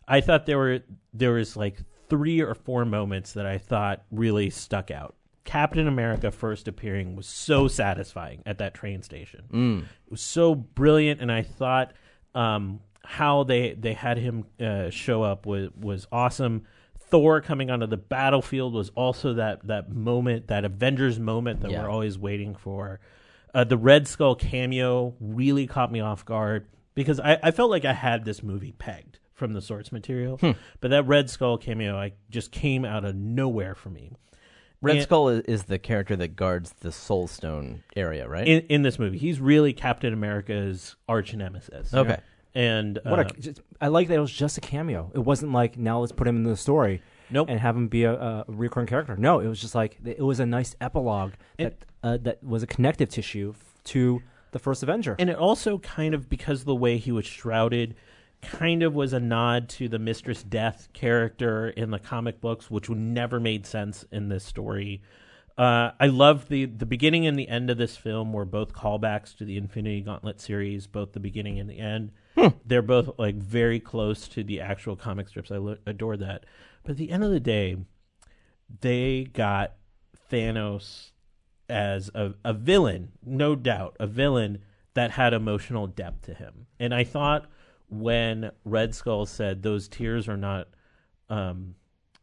D: I thought there were there was like three or four moments that I thought really stuck out. Captain America first appearing was so satisfying at that train station. It was so brilliant, and I thought um, how they they had him uh, show up was was awesome. Thor coming onto the battlefield was also that that moment, that Avengers moment that
C: Yeah.
D: we're always waiting for. Uh, the Red Skull cameo really caught me off guard because I, I felt like I had this movie pegged from the source material,
C: Hmm.
D: but that Red Skull cameo I just came out of nowhere for me.
C: Red
D: Yeah.
C: Skull is, is the character that guards the Soul Stone area, right?
D: in, in this movie. He's really Captain America's arch nemesis.
C: Okay.
D: And uh,
B: What a, just- I like that it was just a cameo. It wasn't like now let's put him in the story
D: Nope.
B: and have him be a, a recurring character. No, it was just like it was a nice epilogue that uh, that was a connective tissue f- to the first Avenger.
D: and it also kind of because of the way he was shrouded, kind of was a nod to the Mistress Death character in the comic books, which would never made sense in this story. Uh, I love the the beginning and the end of this film were both callbacks to the Infinity Gauntlet series, both the beginning and the end. They're both like very close to the actual comic strips. I lo- adore that. But at the end of the day, they got Thanos as a, a villain, no doubt, a villain that had emotional depth to him. And I thought when Red Skull said those tears are not um,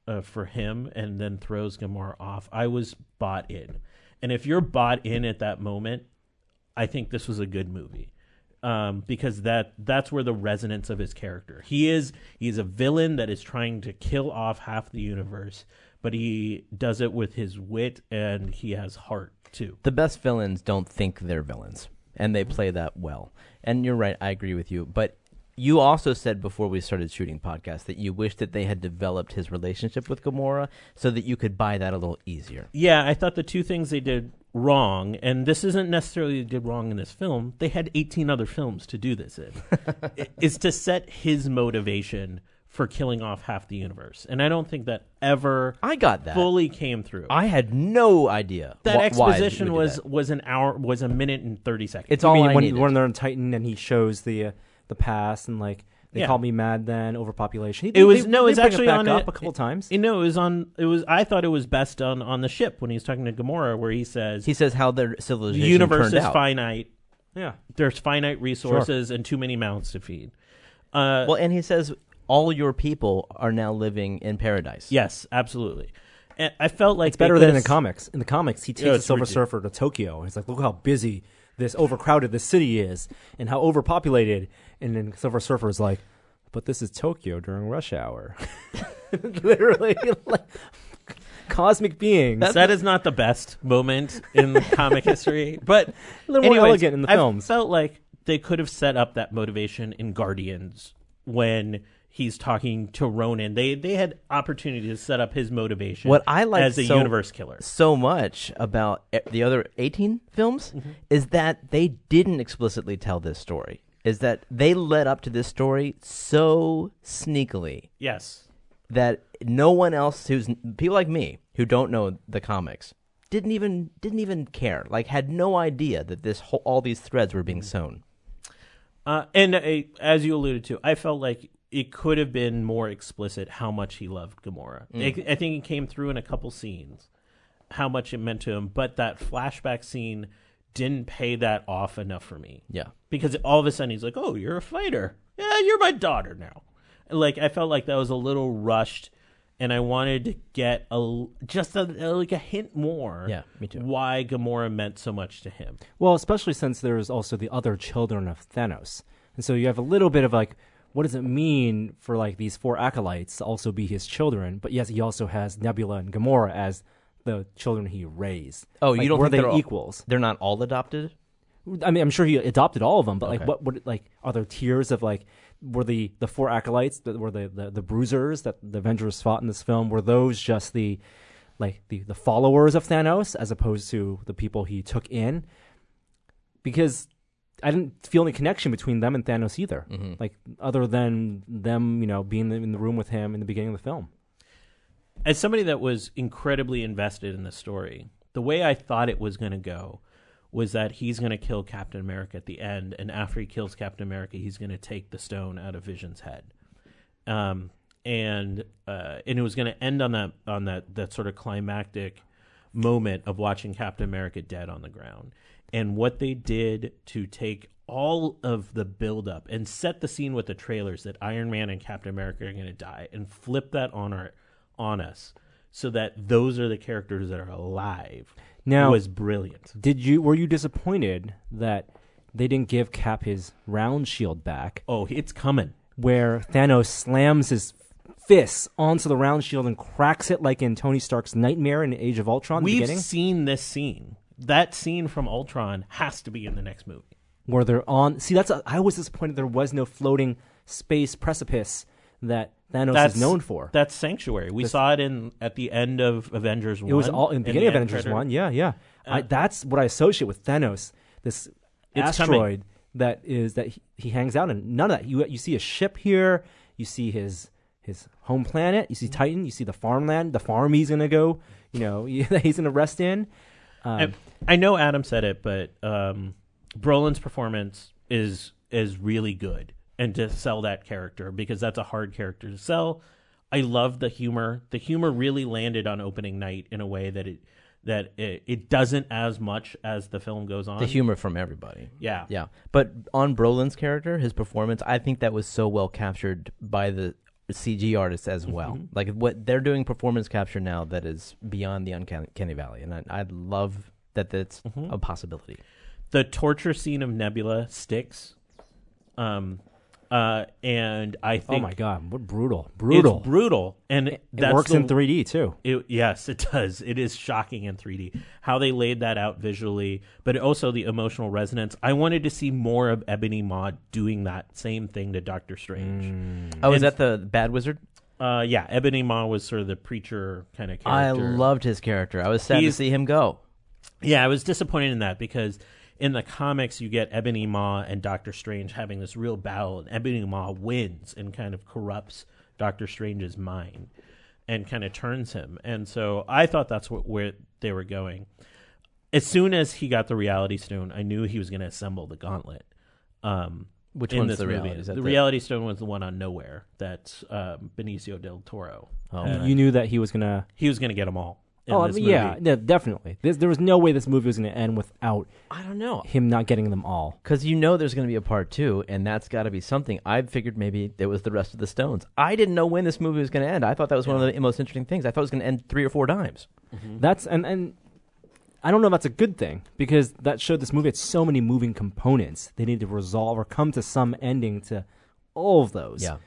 D: uh, for him and then throws Gamora off, I was bought in. And if you're bought in at that moment, I think this was a good movie um, because that that's where the resonance of his character. He is he is a villain that is trying to kill off half the universe, but he does it with his wit and he has heart too.
C: the best villains don't think they're villains, and they play that well. And you're right, I agree with you. But you also said before we started shooting podcasts that you wish that they had developed his relationship with Gamora so that you could buy that a little easier.
D: Yeah, I thought the two things they did wrong, and this isn't necessarily they did wrong in this film. They had 18 other films to do this in. i- is to set his motivation for killing off half the universe, and I don't think that ever
C: I got that.
D: fully came through.
C: I had no idea
D: that
C: wh- why they
D: exposition
C: would do
D: was
C: that.
D: was an hour was a minute and 30 seconds.
C: It's
B: You
C: all
B: mean
C: I
B: when,
C: needed.
B: when they're on Titan and he shows the uh, the past and like they
D: Yeah.
B: called me mad then overpopulation. He-
D: It was
B: they-
D: no,
B: they
D: it's
B: bring
D: actually
B: back
D: on
B: up
D: it-
B: a couple times.
D: You know, it was on. It was. I thought it was best done on the ship when he's talking to Gamora, where he says
C: he says how their
D: the
C: civilization
D: universe
C: turned
D: is
C: out.
D: finite.
B: yeah,
D: There's finite resources and too many mouths to feed. Uh,
C: Well, and he says all your people are now living in paradise.
D: Yes, absolutely. And I felt like
B: It's better
D: they
B: than in the
D: could've-
B: comics. In the comics, he takes
D: Yeah,
B: the
D: it's
B: Silver
D: ridiculous.
B: Surfer to Tokyo. and He's like, look how busy this overcrowded this city is, and how overpopulated. And then Silver Surfer is like, but this is Tokyo during rush hour. Literally, like, cosmic beings.
D: that is not the best moment in comic history, but a
B: little more elegant in the
D: I
B: films.
D: felt like they could have set up that motivation in Guardians when he's talking to Ronan. They they had opportunity to set up his motivation.
C: What I liked
D: as a
C: so-
D: universe killer.
C: so much about e- the other 18 films is that they didn't explicitly tell this story. Is that they led up to this story so sneakily
D: Yes,
C: that no one else who's people like me who don't know the comics didn't even didn't even care like had no idea that this whole, all these threads were being sewn.
D: Uh, and uh, as you alluded to, I felt like it could have been more explicit how much he loved Gamora. I, I think it came through in a couple scenes how much it meant to him, but that flashback scene didn't pay that off enough for me.
C: Yeah.
D: Because all of a sudden he's like, "Oh, you're a fighter. Yeah, you're my daughter now." Like I felt like that was a little rushed and I wanted to get a l- just a, like a hint more
C: Yeah, me too.
D: why Gamora meant so much to him.
B: Well, especially since there's also the other children of Thanos. And so you have a little bit of like, what does it mean for like these four acolytes to also be his children? But yes, he also has Nebula and Gamora as the children he raised.
C: Oh,
B: Like,
C: you don't
B: were
C: think
B: they
C: they're all-
B: equals?
C: They're not all adopted?
B: I mean, I'm sure he adopted all of them, but
C: Okay.
B: like, what would like are there tiers of like were the the four acolytes that were the, the the bruisers that the Avengers fought in this film? Were those just the like the the followers of Thanos as opposed to the people he took in? Because I didn't feel any connection between them and Thanos either, like other than them, you know, being in the room with him in the beginning of the film.
D: as somebody that was incredibly invested in the story, the way I thought it was going to go was that he's going to kill Captain America at the end, and after he kills Captain America, he's going to take the stone out of Vision's head, um, and uh, and it was going to end on that on that that sort of climactic moment of watching Captain America dead on the ground, and what they did to take all of the buildup and set the scene with the trailers that Iron Man and Captain America are going to die, and flip that on our on us so that those are the characters that are alive
B: Now-
D: was brilliant
B: Did you were you disappointed that they didn't give Cap his round shield back?
D: oh it's coming
B: where Thanos slams his fists onto the round shield and cracks it like in Tony Stark's nightmare in Age of Ultron in the
D: we've
B: beginning,
D: seen this scene that scene from ultron has to be in the next movie
B: where they're on. See, that's I was disappointed there was no floating space precipice that Thanos
D: that's
B: is known for.
D: that's sanctuary we saw it in at the end of avengers 1
B: it was all in the beginning of
D: end
B: Avengers
D: credit.
B: one. Yeah, yeah.
D: Uh,
B: I, that's what I associate with Thanos. This
D: It's coming.
B: asteroid that is that he, he hangs out in. None of that. You you see a ship here. You see his his home planet. You see Titan. You see the farmland. The farm he's gonna go. You know that he's gonna rest in.
D: I, I know adam said it but um brolin's performance is is really good and to sell that character because that's a hard character to sell i love the humor the humor really landed on opening night in a way that it that it, it doesn't as much as the film goes on
C: The humor from everybody.
D: yeah
C: Yeah, but on Brolin's character, his performance, I think that was so well captured by the CG artists as well. Like what they're doing performance capture now that is beyond the uncanny valley, and I, I love that that's a possibility.
D: the torture scene of nebula sticks um uh and i think
B: Oh my god, what brutal,
D: it's
B: brutal.
D: brutal and that's
B: it works
D: the-
B: in 3D too.
D: It, yes, it does. It is shocking in 3D how they laid that out visually, but also the emotional resonance. I wanted to see more of Ebony Maw doing that same thing to Doctor Strange.
B: Mm.
C: Oh, is that the Bad Wizard?
D: Uh, yeah, Ebony Maw was sort of the preacher kind of character.
C: I loved his character. I was sad
D: He's-
C: to see him go.
D: Yeah, I was disappointed in that because in the comics you get Ebony Maw and Doctor Strange having this real battle, and Ebony Maw wins and kind of corrupts Doctor Strange's mind and kind of turns him. And so I thought that's what where they were going. As soon as he got the Reality Stone, I knew he was going to assemble the Gauntlet. Um,
C: Which
D: in
C: one's
D: this
C: the
D: movie.
C: reality? Is that
D: The
C: the-
D: Reality Stone was the one on Nowhere. That's um, Benicio del Toro.
C: Oh,
D: Uh,
B: You knew that he was gonna.
D: he was going to get them all. in
B: oh, I
D: this
B: mean,
D: movie.
B: yeah, no, definitely. This, there was no way this movie was going to end without
C: I don't know.
B: him not getting them all.
C: Because you know there's going to be a part two, and that's got to be something. I figured maybe it was the rest of the Stones. I didn't know when this movie was going to end. I thought that was one of the most interesting things. I thought it was going to end three or four times.
B: That's and and I don't know if that's a good thing because that showed this movie had so many moving components. They need to resolve or come to some ending to all of those.
C: Yeah.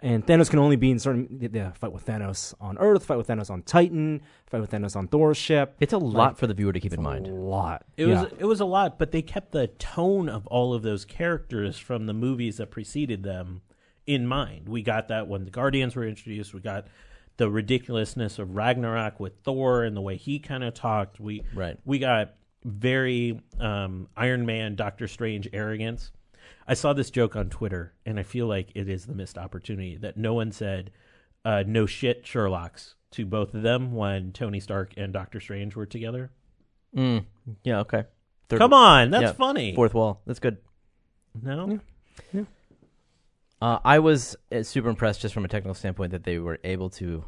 B: And Thanos can only be in certain the, the fight with Thanos on Earth, fight with Thanos on Titan, fight with Thanos on Thor's ship.
C: It's a lot for the viewer to keep in mind.
B: a lot.
D: It
B: Yeah.
D: was it was a lot, but they kept the tone of all of those characters from the movies that preceded them in mind. We got that when the Guardians were introduced. We got the ridiculousness of Ragnarok with Thor and the way he kind of talked. We
C: Right.
D: we got very um, Iron Man, Doctor Strange arrogance. I saw this joke on Twitter, and I feel like it is the missed opportunity that no one said uh, "no shit" Sherlock's to both of them when Tony Stark and Doctor Strange were together.
C: Mm. Yeah, okay. Third-
D: Come on, that's
C: yeah,
D: funny.
C: Fourth wall. That's good.
D: No,
C: Uh, I was uh, super impressed just from a technical standpoint that they were able to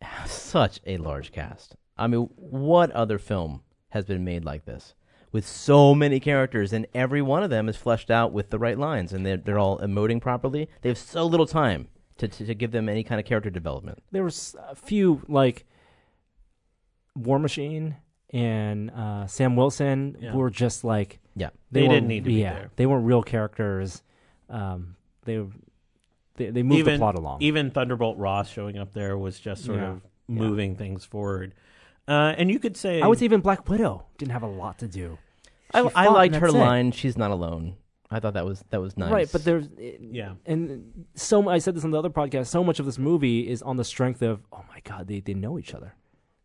C: have such a large cast. I mean, what other film has been made like this with so many characters and every one of them is fleshed out with the right lines and they're, they're all emoting properly? They have so little time to, to, to give them any kind of character development.
B: there was a few like War Machine and uh, Sam Wilson
D: Yeah.
B: were just like
C: Yeah.
D: They
B: weren't-
D: didn't need to be
B: yeah,
D: there.
B: They weren't real characters. Um, they they they moved the plot along.
D: Even Thunderbolt Ross showing up there was just sort
B: Yeah.
D: of moving things forward. Uh, and you could say
B: I would say even Black Widow didn't have a lot to do.
C: I,
B: She
C: I
B: fought
C: liked
B: and
C: her
B: that's it.
C: line, she's not alone. I thought that was that was nice.
B: Right, but there's
D: Yeah.
B: and so mu- I said this on the other podcast. So much of this movie is on the strength of oh my god, they they know each other.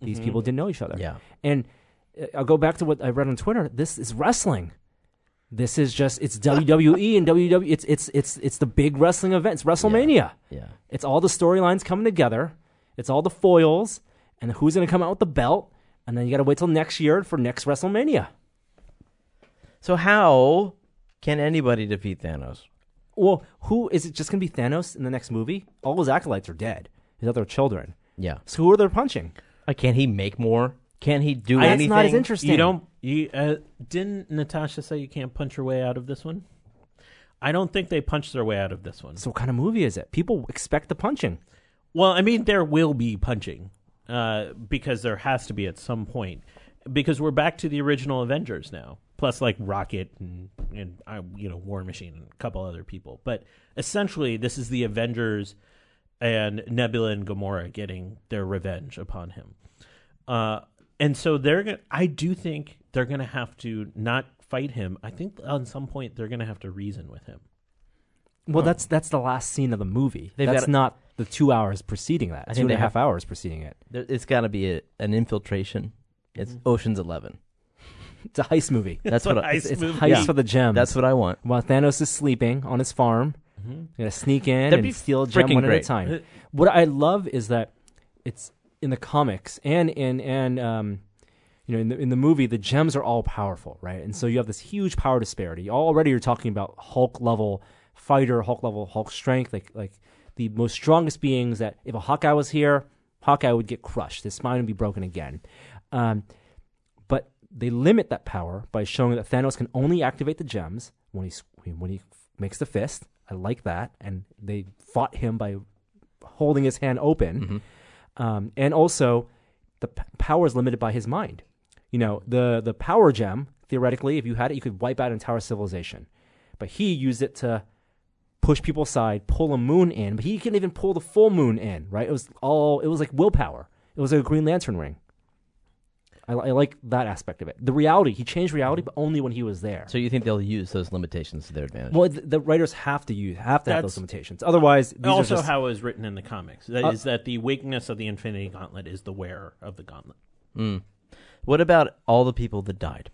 B: These
C: Mm-hmm.
B: people didn't know each other.
C: Yeah.
B: and uh, I'll go back to what I read on Twitter. This is wrestling. This is just it's WWE and WWE. It's it's it's it's the big wrestling event. It's WrestleMania.
C: yeah.
B: It's all the storylines coming together. It's all the foils and who's going to come out with the belt. And then you got to wait till next year for next WrestleMania.
C: So how can anybody defeat Thanos?
B: Well, who is it just going to be Thanos in the next movie? All his acolytes are dead. His other children.
C: Yeah.
B: So who are they punching?
C: Like, Uh, can he make more? Can he do
B: That's
C: anything?
B: not as interesting.
D: you don't. You uh, didn't Natasha say you can't punch your way out of this one? I don't think they punched their way out of this one.
B: So what kind of movie is it? People expect the punching.
D: Well, I mean, there will be punching uh, because there has to be at some point because we're back to the original Avengers now, plus like Rocket and and uh, you know War Machine and a couple other people. But essentially, this is the Avengers and Nebula and Gamora getting their revenge upon him. Uh, and so they're gonna. I do think they're gonna have to not fight him. I think on some point they're gonna have to reason with him.
B: Well, that's that's the last scene of the movie.
C: They've
B: that's
C: gotta-
B: not the two hours preceding that.
C: think
B: Two and
C: they
B: a half hours preceding it.
C: There, it's got to be a, an infiltration. It's Ocean's Eleven.
B: It's a heist movie.
C: Mm-hmm. That's what. I,
D: Heist
C: it's, it's
D: movie.
B: heist
C: Yeah.
B: for the gems.
C: That's what I want.
B: while Thanos is sleeping on his farm. Gonna sneak in
C: That'd be
B: and steal a gem
C: freaking
B: one at a
C: great.
B: time. What I love is that it's in the comics and in and um, you know in the in the movie the gems are all powerful, right? And so you have this huge power disparity. Already you're talking about Hulk level fighter, Hulk level Hulk strength, like like the most strongest beings that if a Hawkeye was here, Hawkeye would get crushed. His spine would be broken again. Um, but they limit that power by showing that Thanos can only activate the gems when he s- when he f- makes the fist. I like that, and they fought him by holding his hand open,
C: Mm-hmm.
B: um, and also the p- power is limited by his mind. You know, the the power gem theoretically, if you had it, you could wipe out an entire civilization, but he used it to push people aside, pull a moon in, but he couldn't even pull the full moon in. Right? It was all it was like willpower. It was like a Green Lantern ring. I, I like that aspect of it. The reality, he changed reality, but only when he was there.
C: So you think they'll use those limitations to their advantage?
B: well, the, the writers have to use have to have
D: That's-
B: those limitations. Otherwise, these
D: also
B: are just,
D: how it was written in the comics. That is that the weakness of the Infinity Gauntlet is the wearer of the gauntlet.
C: what about all the people that died?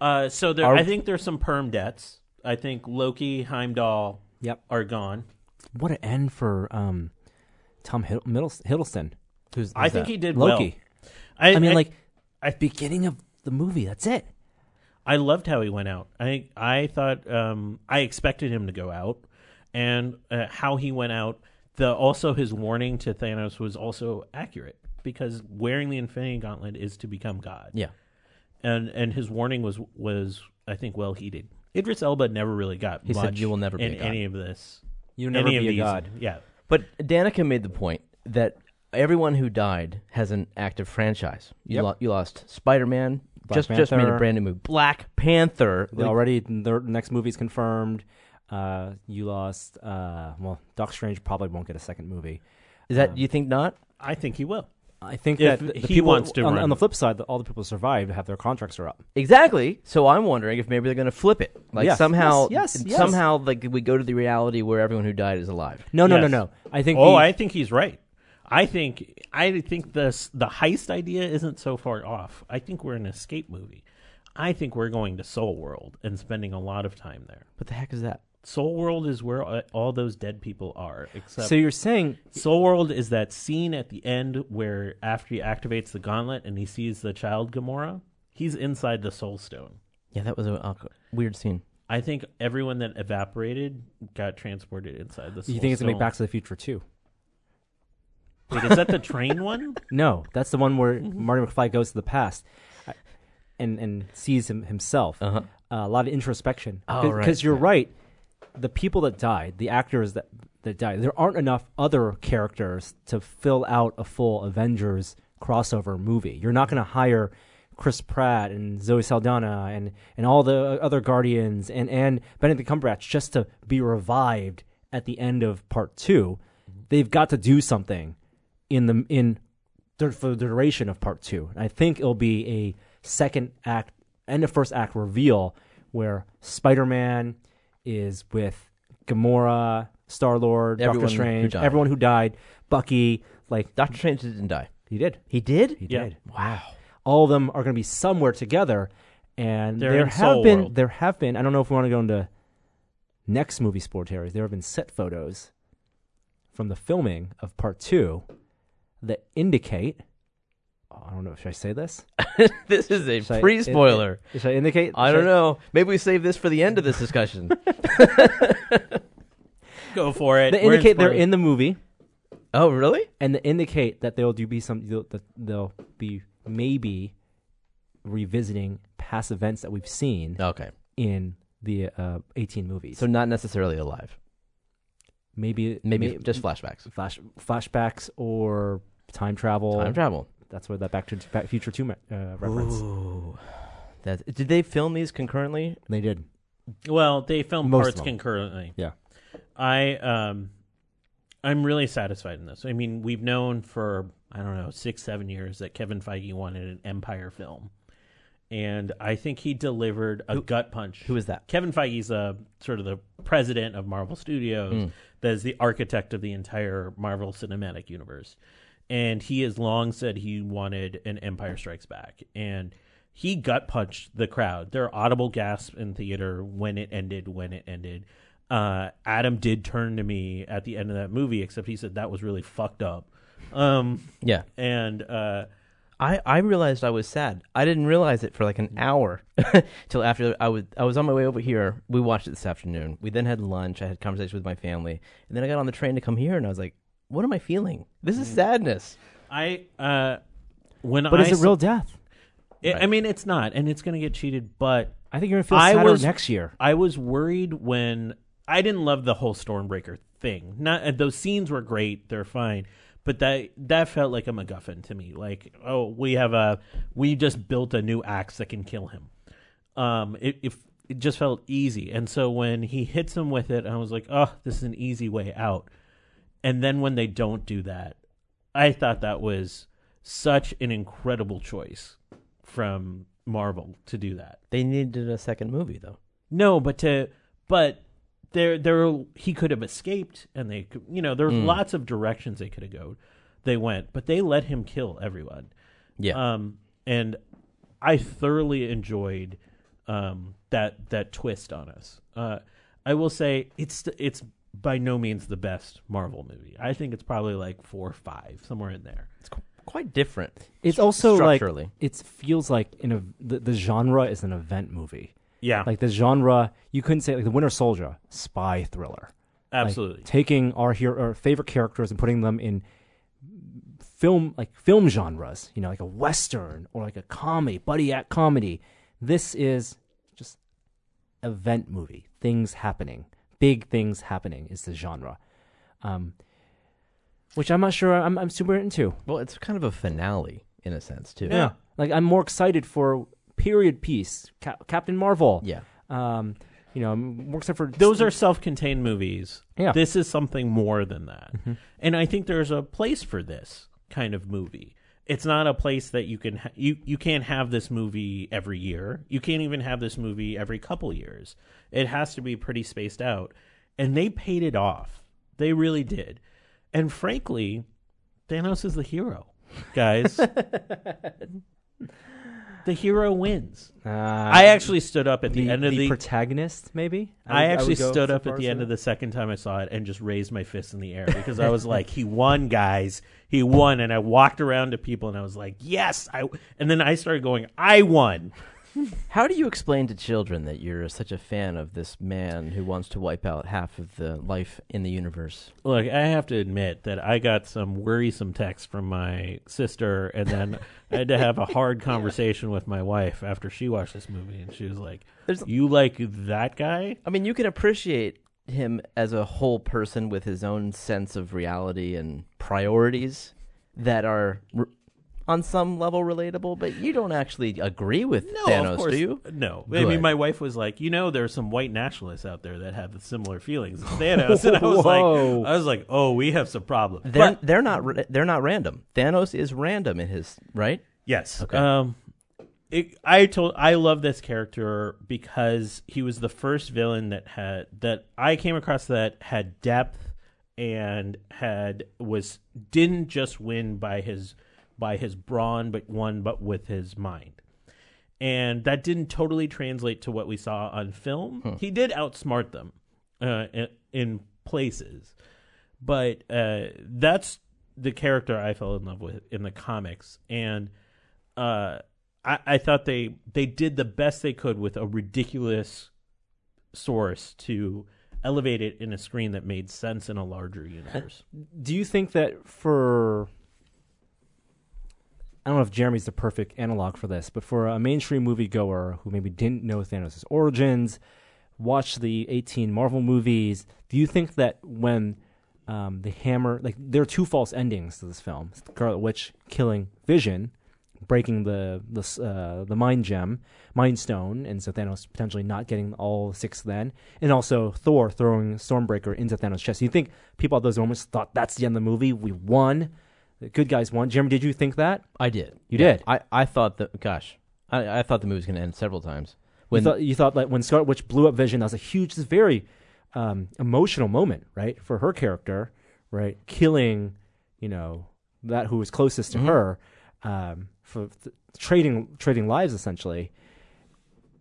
D: Uh, so there, I think there's some perm debts. I think Loki, Heimdall,
B: Yep.
D: are gone.
B: what an end for um, Tom Hidd- Middles- Hiddleston. Who's,
D: I
B: who's
D: think
B: that?
D: he did
B: Loki.
D: well.
B: I mean, like
D: I-
B: beginning of the movie. That's it.
D: I loved how he went out. I I thought um, I expected him to go out, and uh, how he went out. The also his warning to Thanos was also accurate because wearing the Infinity Gauntlet is to become God.
C: Yeah.
D: and and his warning was was I think well heeded. Idris Elba never really got
C: He
D: much
C: said, "You will never be
D: in
C: a god."
D: any of this.
B: You never
D: any
B: be
D: of
B: a
D: these-
B: god.
D: Yeah,
C: But Danica made the point that everyone who died has an active franchise. You,
B: Yep.
C: lo- you lost Spider Man,
B: Black
C: just just made a
B: Panther.
C: brand new movie. Black Panther.
B: They already the next movie's confirmed. Uh, you lost. Uh, well, Doc Strange probably won't get a second movie.
C: Is that you think not?
D: I think he will.
B: I think
D: If
B: that the
D: he
B: people,
D: wants to
B: on,
D: run.
B: on the flip side, the, all the people who survived have their contracts are up.
C: Exactly. So I'm wondering if maybe they're going to flip it. Like
B: Yes,
C: somehow,
B: yes, yes, yes.
C: somehow, like we go to the reality where everyone who died is alive.
B: No, no,
D: Yes.
B: no, no. I think.
D: Oh,
B: the-
D: I think he's right. I think I think this the heist idea isn't so far off. I think we're an escape movie. I think we're going to Soul World and spending a lot of time there.
C: What the heck is that?
D: Soul World is where uh, all those dead people are, except
B: So you're saying
D: Soul World is that scene at the end where after he activates the gauntlet and he sees the child Gamora, he's inside the Soul Stone.
C: Yeah, that was a awkward- weird scene.
D: I think everyone that evaporated got transported inside the. Soul
B: you think it's gonna be
D: Stone.
B: Back to the Future too?
D: Wait, is that the train one?
B: No, that's the one where
C: Mm-hmm.
B: Marty McFly goes to the past I- and and sees him himself. Uh,
C: Uh-huh.
B: a lot of introspection.
C: Oh, right,
B: Because you're right. The people that died, the actors that that died, there aren't enough other characters to fill out a full Avengers crossover movie. You're not going to hire Chris Pratt and Zoe Saldana and and all the other Guardians and and Benedict Cumberbatch just to be revived at the end of part 2. They've got to do something in the in dur- for the duration of part two. And I think it'll be a second act and a first act reveal where Spider Man is with Gamora, Star Lord,
C: Everyone
B: Doctor
C: who
B: Strange,
C: died.
B: everyone who died, Bucky. Like
C: Doctor Strange didn't die.
B: he did,
C: He did.
B: he
D: Yeah.
B: did.
C: Wow.
B: All of them are going to be somewhere together. And
D: They're
B: there
D: in
B: have
D: Soul
B: been
D: World.
B: there have been. I don't know if we want to go into next movie sport areas. There have been set photos from the filming of part two that indicate. I don't know. Should I say this?
C: this is a
B: Should I-
C: pre spoiler.
B: Should I indicate?
C: I don't
B: should
C: know. Maybe we save this for the end of this discussion.
D: Go for it.
B: They
D: We're
B: indicate they're
D: spoilers.
B: in the movie,
C: oh, really?
B: and they indicate that they'll do be some they'll- that they'll be maybe revisiting past events that we've seen
C: Okay.
B: in the uh, 18 movies.
C: So not necessarily alive.
B: maybe
C: Maybe
B: may-
C: just flashbacks.
B: flash flashbacks or time travel.
C: Time travel.
B: That's where that Back to Back Future Two me- uh, reference.
C: Ooh. That, did they film these concurrently?
B: They did.
D: Well, they filmed
B: Most of
D: parts
B: them.
D: concurrently.
B: Yeah.
D: I um I'm really satisfied in this. I mean, we've known for I don't know, 6 7 years that Kevin Feige wanted an Empire film. And I think he delivered a gut punch.
C: who is that?
D: Kevin Feige's uh, sort of the president of Marvel Studios
B: Hmm.
D: that is the architect of the entire Marvel Cinematic Universe. And he has long said he wanted an Empire Strikes Back. And he gut punched the crowd. There are audible gasps in theater when it ended, when it ended. Uh, Adam did turn to me at the end of that movie, except he said that was really fucked up. Um,
C: Yeah.
D: and uh,
C: I, I realized I was sad. I didn't realize it for like an
B: Mm-hmm.
C: hour till after I was I was on my way over here. We watched it this afternoon. We then had lunch. I had conversations with my family, and then I got on the train to come here, and I was like, "What am I feeling? This
B: Mm-hmm.
C: is sadness."
D: I uh, when
B: But
D: I
B: is it
D: saw-
B: real death?
D: I- I mean, it's not, and it's going to get cheated. But
B: I think you're gonna feel
D: I
B: sadder
D: was-
B: next year.
D: I was worried when I didn't love the whole Stormbreaker thing. Not uh, those scenes were great; they're fine, but that that felt like a MacGuffin to me. Like, oh, we have a we just built a new axe that can kill him. Um, it, if it just felt easy, and so when he hits him with it, I was like, oh, this is an easy way out. And then when they don't do that, I thought that was such an incredible choice from Marvel to do that.
C: They needed a second movie though.
D: No, but to but there there he could have escaped, and they could- you know there's lots of directions they could have go. They went, but they let him kill everyone.
C: Yeah.
D: Um, and I thoroughly enjoyed um that that twist on us. Uh, I will say it's th- it's by no means the best Marvel movie. I think it's probably like four or five somewhere in there.
C: it's qu- quite different.
B: It's also like
C: structurally.
B: it feels like in a the, the genre is an event movie.
D: Yeah,
B: Like the genre, you couldn't say like the Winter Soldier, spy thriller. Like,
D: absolutely.
B: taking our hero, our favorite characters and putting them in film like film genres, you know, like a western or like a comedy, buddy act comedy. This is just event movie. Things happening, big things happening is the genre, um, which I'm not sure I'm, I'm super into.
C: Well, it's kind of a finale in a sense too.
D: Yeah.
B: Like I'm more excited for period piece, Cap- Captain Marvel.
C: Yeah.
B: Um, you know, I'm more excited for
D: Those are self-contained movies.
B: Yeah.
D: This is something more than that. And I think there's a place for this kind of movie. It's not a place that you can ha- you you can't have this movie every year. You can't even have this movie every couple years. It has to be pretty spaced out. And they paid it off. They really did. And frankly, Thanos is the hero. Guys, the hero wins.
B: Uh,
D: I actually stood up at the,
B: the,
D: end of the,
B: protagonist, maybe.
D: I,
B: would-
D: actually
B: would go
D: stood
B: so
D: up
B: far
D: at the
B: as
D: end
B: that.
D: of the second time I saw it and just raised my fist in the air because I was like, "He won, guys! He won!" And I walked around to people and I was like, "Yes!" I and then I started going, "I won!"
C: How do you explain to children that you're such a fan of this man who wants to wipe out half of the life in the universe?
D: Look, I have to admit that I got some worrisome text from my sister, and then I had to have a hard conversation with my wife after she watched this movie, and she was like,
C: There's-
D: "You like that guy?"
C: I mean, you can appreciate him as a whole person with his own sense of reality and priorities that are r on some level relatable, but you don't actually agree with Thanos, do you?
D: No. I
C: Good.
D: mean, my wife was like, you know, there are some white nationalists out there that have similar feelings as Thanos, and I was like,
B: Whoa.
D: I was like, oh, we have some problems.
C: They're
D: But-
C: they're not ra- they're not random. Thanos is random in his right.
D: yes. Um, it, I told I love this character because he was the first villain that had that I came across that had depth and had was didn't just win by his by his brawn, but won but with his mind. and that didn't totally translate to what we saw on film. He did outsmart them uh, in, in places, but uh, that's the character I fell in love with in the comics, and uh, I, I thought they they did the best they could with a ridiculous source to elevate it in a screen that made sense in a larger universe.
B: Do you think that for I don't know if Jeremy's the perfect analog for this, but for a mainstream moviegoer who maybe didn't know Thanos' origins, watched the 18 Marvel movies, do you think that when um, the hammer, like there are two false endings to this film Scarlet Witch killing Vision, breaking the the, s- uh, the mind gem, mind stone, and so Thanos potentially not getting all six then, and also Thor throwing Stormbreaker into Thanos' chest. You think people at those moments thought that's the end of the movie? We won. The good guys won. Jeremy, did you think that?
C: I did.
B: You did?
C: I, I thought that. Gosh, I, I thought the movie was going to end several times. When
B: you thought, you thought like when Scarlet Witch blew up Vision, that was a huge, this very um, emotional moment, right, for her character, right, killing, you know, that who was closest
C: Mm-hmm.
B: to her, um, for th- trading trading lives essentially.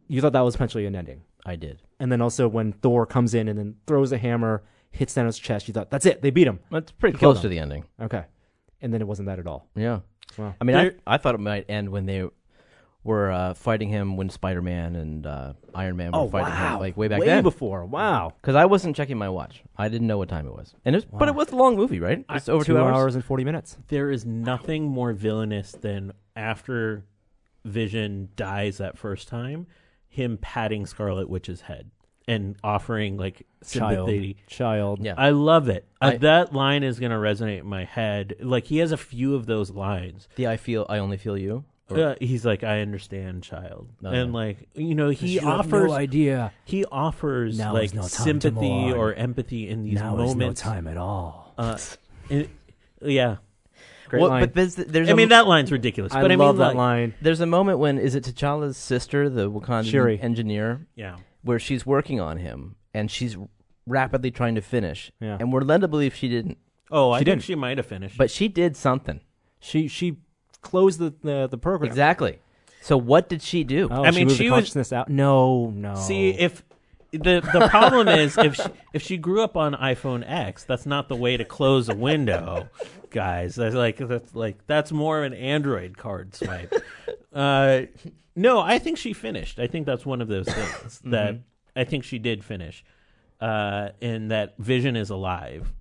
B: You thought that was potentially an ending,
C: I did.
B: and then also when Thor comes in and then throws a hammer, hits Thanos' chest, you thought that's it, they beat him,
C: That's pretty
B: He killed
C: close to the ending.
B: okay, and then it wasn't that at all.
C: Yeah.
B: Wow.
C: I mean, I,
D: There-
C: I thought it might end when they were uh, fighting him when Spider Man and uh, Iron Man were fighting him, like way back
B: Oh, way
C: then.
B: before, wow,
C: Because I wasn't checking my watch. I didn't know what time it was. And it was, but it was a long movie, right? It's over two,
B: two
C: hours.
B: and forty minutes.
D: there is nothing more villainous than after Vision dies that first time, him patting Scarlet Witch's head and offering like
B: Child,
D: sympathy.
B: child,
C: Yeah.
D: I love it. Uh,
C: I-
D: that line is going to resonate in my head. Like he has a few of those lines.
C: The I feel I only feel you. Or-
D: Uh, he's like, "I understand, child," and like you know, he
B: You have
D: offers
B: no idea.
D: he offers
B: Now
D: like
B: is no time to
D: sympathy
B: mourn.
D: or empathy in these
B: now
D: moments.
B: is no time at all.
D: Uh, it- yeah,
B: Great
C: Well,
B: line.
C: But there's, there's
D: I mean
C: a,
D: that line's ridiculous.
B: I
D: but I
B: love
D: mean,
B: that
D: like-
B: line.
C: there's a moment when is it T'Challa's sister, the Wakandan
B: Shuri.
C: engineer,
D: Yeah.
C: where she's working on him and she's rapidly trying to finish.
B: Yeah.
C: And we're led to believe she didn't,
D: Oh, I
B: didn't.
D: think she might have finished.
C: but she did something.
B: She she closed the the, the program.
C: Exactly. So what did she do?
B: Oh,
D: I
B: she
D: mean,
B: moved the
D: she was-
B: consciousness out. No, no.
D: see if the the problem is if she, if she grew up on iPhone X, that's not the way to close a window, guys. That's like that's like that's more of an Android card swipe. Uh, no, I think she finished. I think that's one of those things that I think she did finish, uh, and that Vision is alive.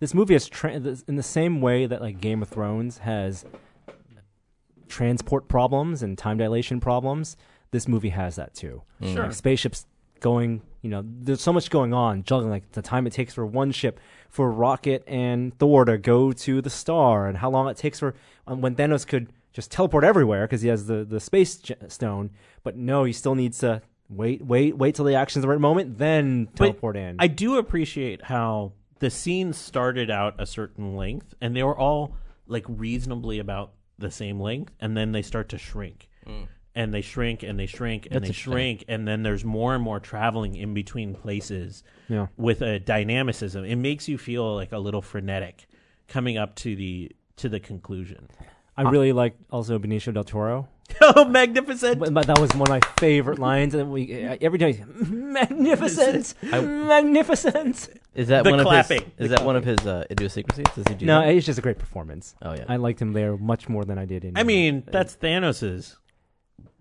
B: this movie has tra- this- in the same way that like Game of Thrones has transport problems and time dilation problems. This movie has that too.
D: Sure.
B: Like, spaceships going. You know, there's so much going on, juggling like the time it takes for one ship, for Rocket and Thor to go to the star, and how long it takes for um, when Thanos could just teleport everywhere because he has the the space ge- stone. But no, he still needs to wait, wait, wait till the action's the right moment, then
D: But
B: teleport in.
D: I do appreciate how the scenes started out a certain length and they were all like reasonably about the same length and then they start to shrink. And they shrink and they shrink and they shrink and then there's more and more traveling in between places
B: Yeah.
D: with a dynamicism. It makes you feel like a little frenetic coming up to the to the conclusion.
B: I really liked also Benicio del Toro.
D: oh magnificent
B: But but that was one of my favorite lines, and we uh, every day magnificent, magnificent.
C: Is that
D: The
C: one of
D: clapping.
C: his? Is that one of his uh, idiosyncrasies? Does he do
B: No,
C: that?
B: it's just a great performance.
C: Oh, yeah.
B: I liked him there much more than I did in.
D: I mean, that's Thanos's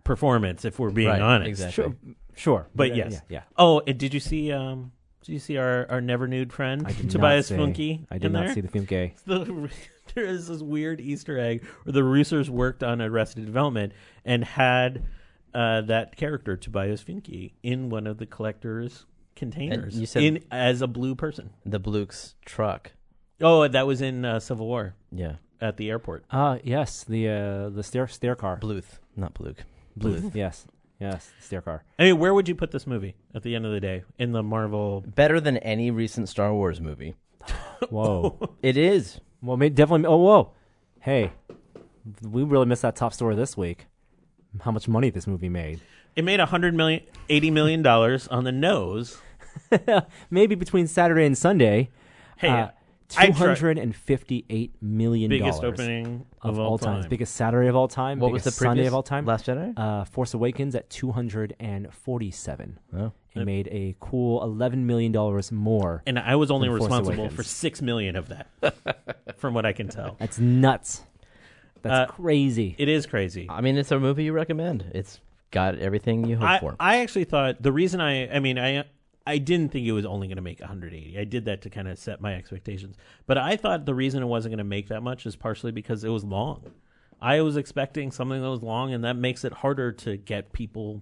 D: performance if we're being
C: Right,
D: honest.
C: exactly.
B: sure, sure,
D: But
B: Yeah,
D: yes.
B: yeah, yeah.
D: Oh, and did you see um did you see our, our never nude friend
B: I did not
D: Tobias
B: see-
D: Funky?
B: I did
D: in
B: not
D: there?
B: see the film gay.
D: the there is this weird Easter egg where the Roosters worked on Arrested Development and had uh, that character Tobias Finke in one of the collector's containers
C: you said-
D: in as a blue person.
C: the Bluke's truck.
D: Oh, that was in uh, Civil War
C: Yeah,
D: at the airport.
B: Ah, yes, the uh, the stair stair car.
C: Bluth, not Bluke.
B: Bluth. Yes, yes, the stair car.
D: I mean, where would you put this movie at the end of the day in the Marvel?
C: Better than any recent Star Wars movie.
B: Whoa.
C: It is.
B: well, ma- definitely. Oh, whoa. Hey, we really missed that top story this week. How much money this movie made?
D: It made a hundred million, eighty million dollars on the nose.
B: Maybe between Saturday and Sunday.
D: Hey,
B: Uh,
D: I
B: Two
D: try-
B: hundred and fifty-eight million
D: biggest
B: dollars
D: opening
B: of,
D: of,
B: all time.
D: time.
B: biggest Saturday of all time,
C: What was
B: biggest
C: the
B: Sunday
C: previous
B: of all time.
C: Last Jedi?
B: uh, Force Awakens at two hundred and forty-seven.
C: Oh.
B: It made a cool eleven million dollars more.
D: and I was only
B: Force
D: responsible for
B: Awakens.
D: six million of that, from what I can tell.
B: That's nuts.
D: Uh,
B: That's crazy.
D: It is crazy.
C: I mean, it's a movie you recommend. It's got everything you hope
D: I,
C: for.
D: I actually thought the reason I I mean I I didn't think it was only going to make 180. I did that to kind of set my expectations. But I thought the reason it wasn't going to make that much is partially because it was long. I was expecting something that was long and that makes it harder to get people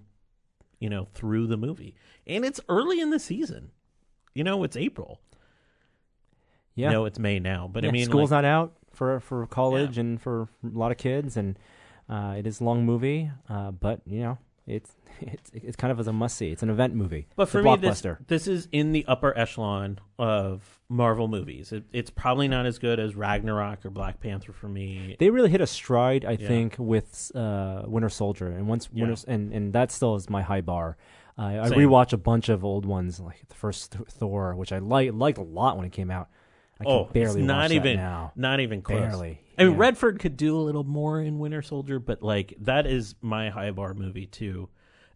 D: you know through the movie. And it's early in the season. You know, it's April.
B: yeah,
D: No, it's May now, but
B: Yeah,
D: I mean
B: school's
D: like,
B: not out for for college and for a lot of kids, and uh, it is a long movie. Uh, but you know, it's it's it's kind of as a must see. It's an event movie.
D: But
B: It's
D: for
B: a
D: me, this,
B: blockbuster.
D: this is in the upper echelon of Marvel movies. It, it's probably not as good as Ragnarok or Black Panther for me.
B: they really hit a stride, I think, with uh, Winter Soldier, and once
D: Yeah.
B: Winter, and and that still is my high bar. I I
D: Same.
B: rewatch a bunch of old ones, like the first Th- Thor, which I like liked a lot when it came out. I can
D: oh,
B: barely
D: it's not
B: watch that
D: even
B: now.
D: not even close.
B: Barely,
D: I mean,
B: yeah.
D: Redford could do a little more in Winter Soldier, but like that is my high bar movie too.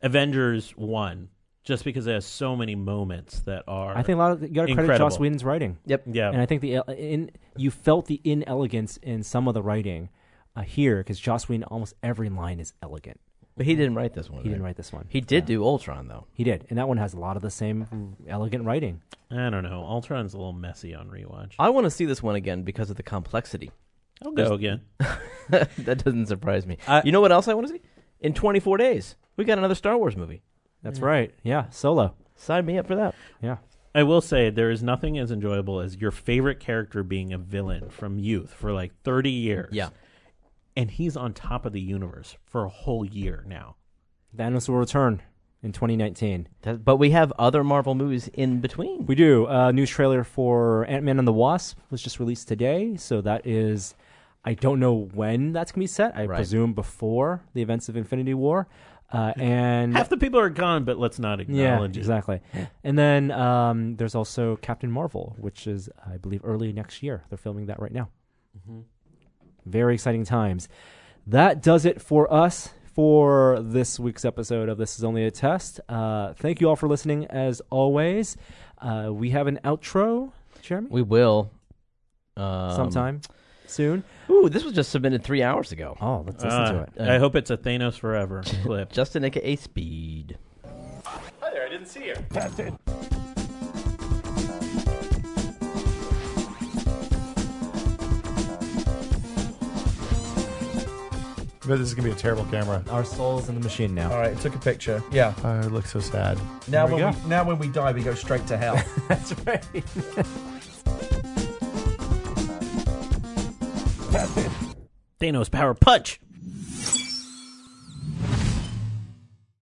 D: Avengers one, just because it has so many moments that are.
B: I think a lot of you got to credit Joss
D: Incredible.
B: Whedon's writing.
C: yep.
D: yeah,
B: And I think the uh, in you felt the inelegance in some of the writing uh, here because Joss Whedon almost every line is elegant.
C: But he didn't write this one.
B: He didn't
C: right?
B: write this one.
C: He did do Ultron though.
B: He did, and that one has a lot of the same elegant writing.
D: I don't know. Ultron's a little messy on rewatch.
C: I want to see this one again because of the complexity.
D: I'll go again.
C: that doesn't surprise me. you know what else I want to see? In 24 days, we got another Star Wars movie.
B: That's right. Yeah, Solo.
C: Sign me up for that.
B: Yeah.
D: I will say there is nothing as enjoyable as your favorite character being a villain from youth for like 30 years. And he's on top of the universe for a whole year now.
B: Thanos will return in 2019.
C: That- but we have other Marvel movies in between.
B: We do. Uh, new trailer for Ant Man and the Wasp was just released today. So that is, I don't know when that's going to be set. I
C: Right.
B: presume before the events of Infinity War. Uh, and
D: Half the people are gone, but let's not
B: yeah,
D: acknowledge it.
B: exactly. And then um, there's also Captain Marvel, which is, I believe, early next year. They're filming that right now. Very exciting times. That does it for us for this week's episode of This Is Only a Test. Uh, thank you all for listening, as always. Uh, we have an outro, Jeremy,
C: We will. Um,
B: sometime soon.
C: Ooh, this was just submitted three hours ago.
B: Oh, let's listen to
D: Uh,
B: it.
D: I hope it's a Thanos Forever clip.
C: Justin, aka Speed.
E: Hi there, I didn't see you.
F: bet this is gonna be a terrible camera.
B: Our soul's in the machine now.
G: All right, took a picture. Yeah.
F: Oh, it looks so sad.
G: Now
F: There
G: when
F: we
G: we, now when we die, we go straight to hell.
B: That's right.
D: Thanos power punch.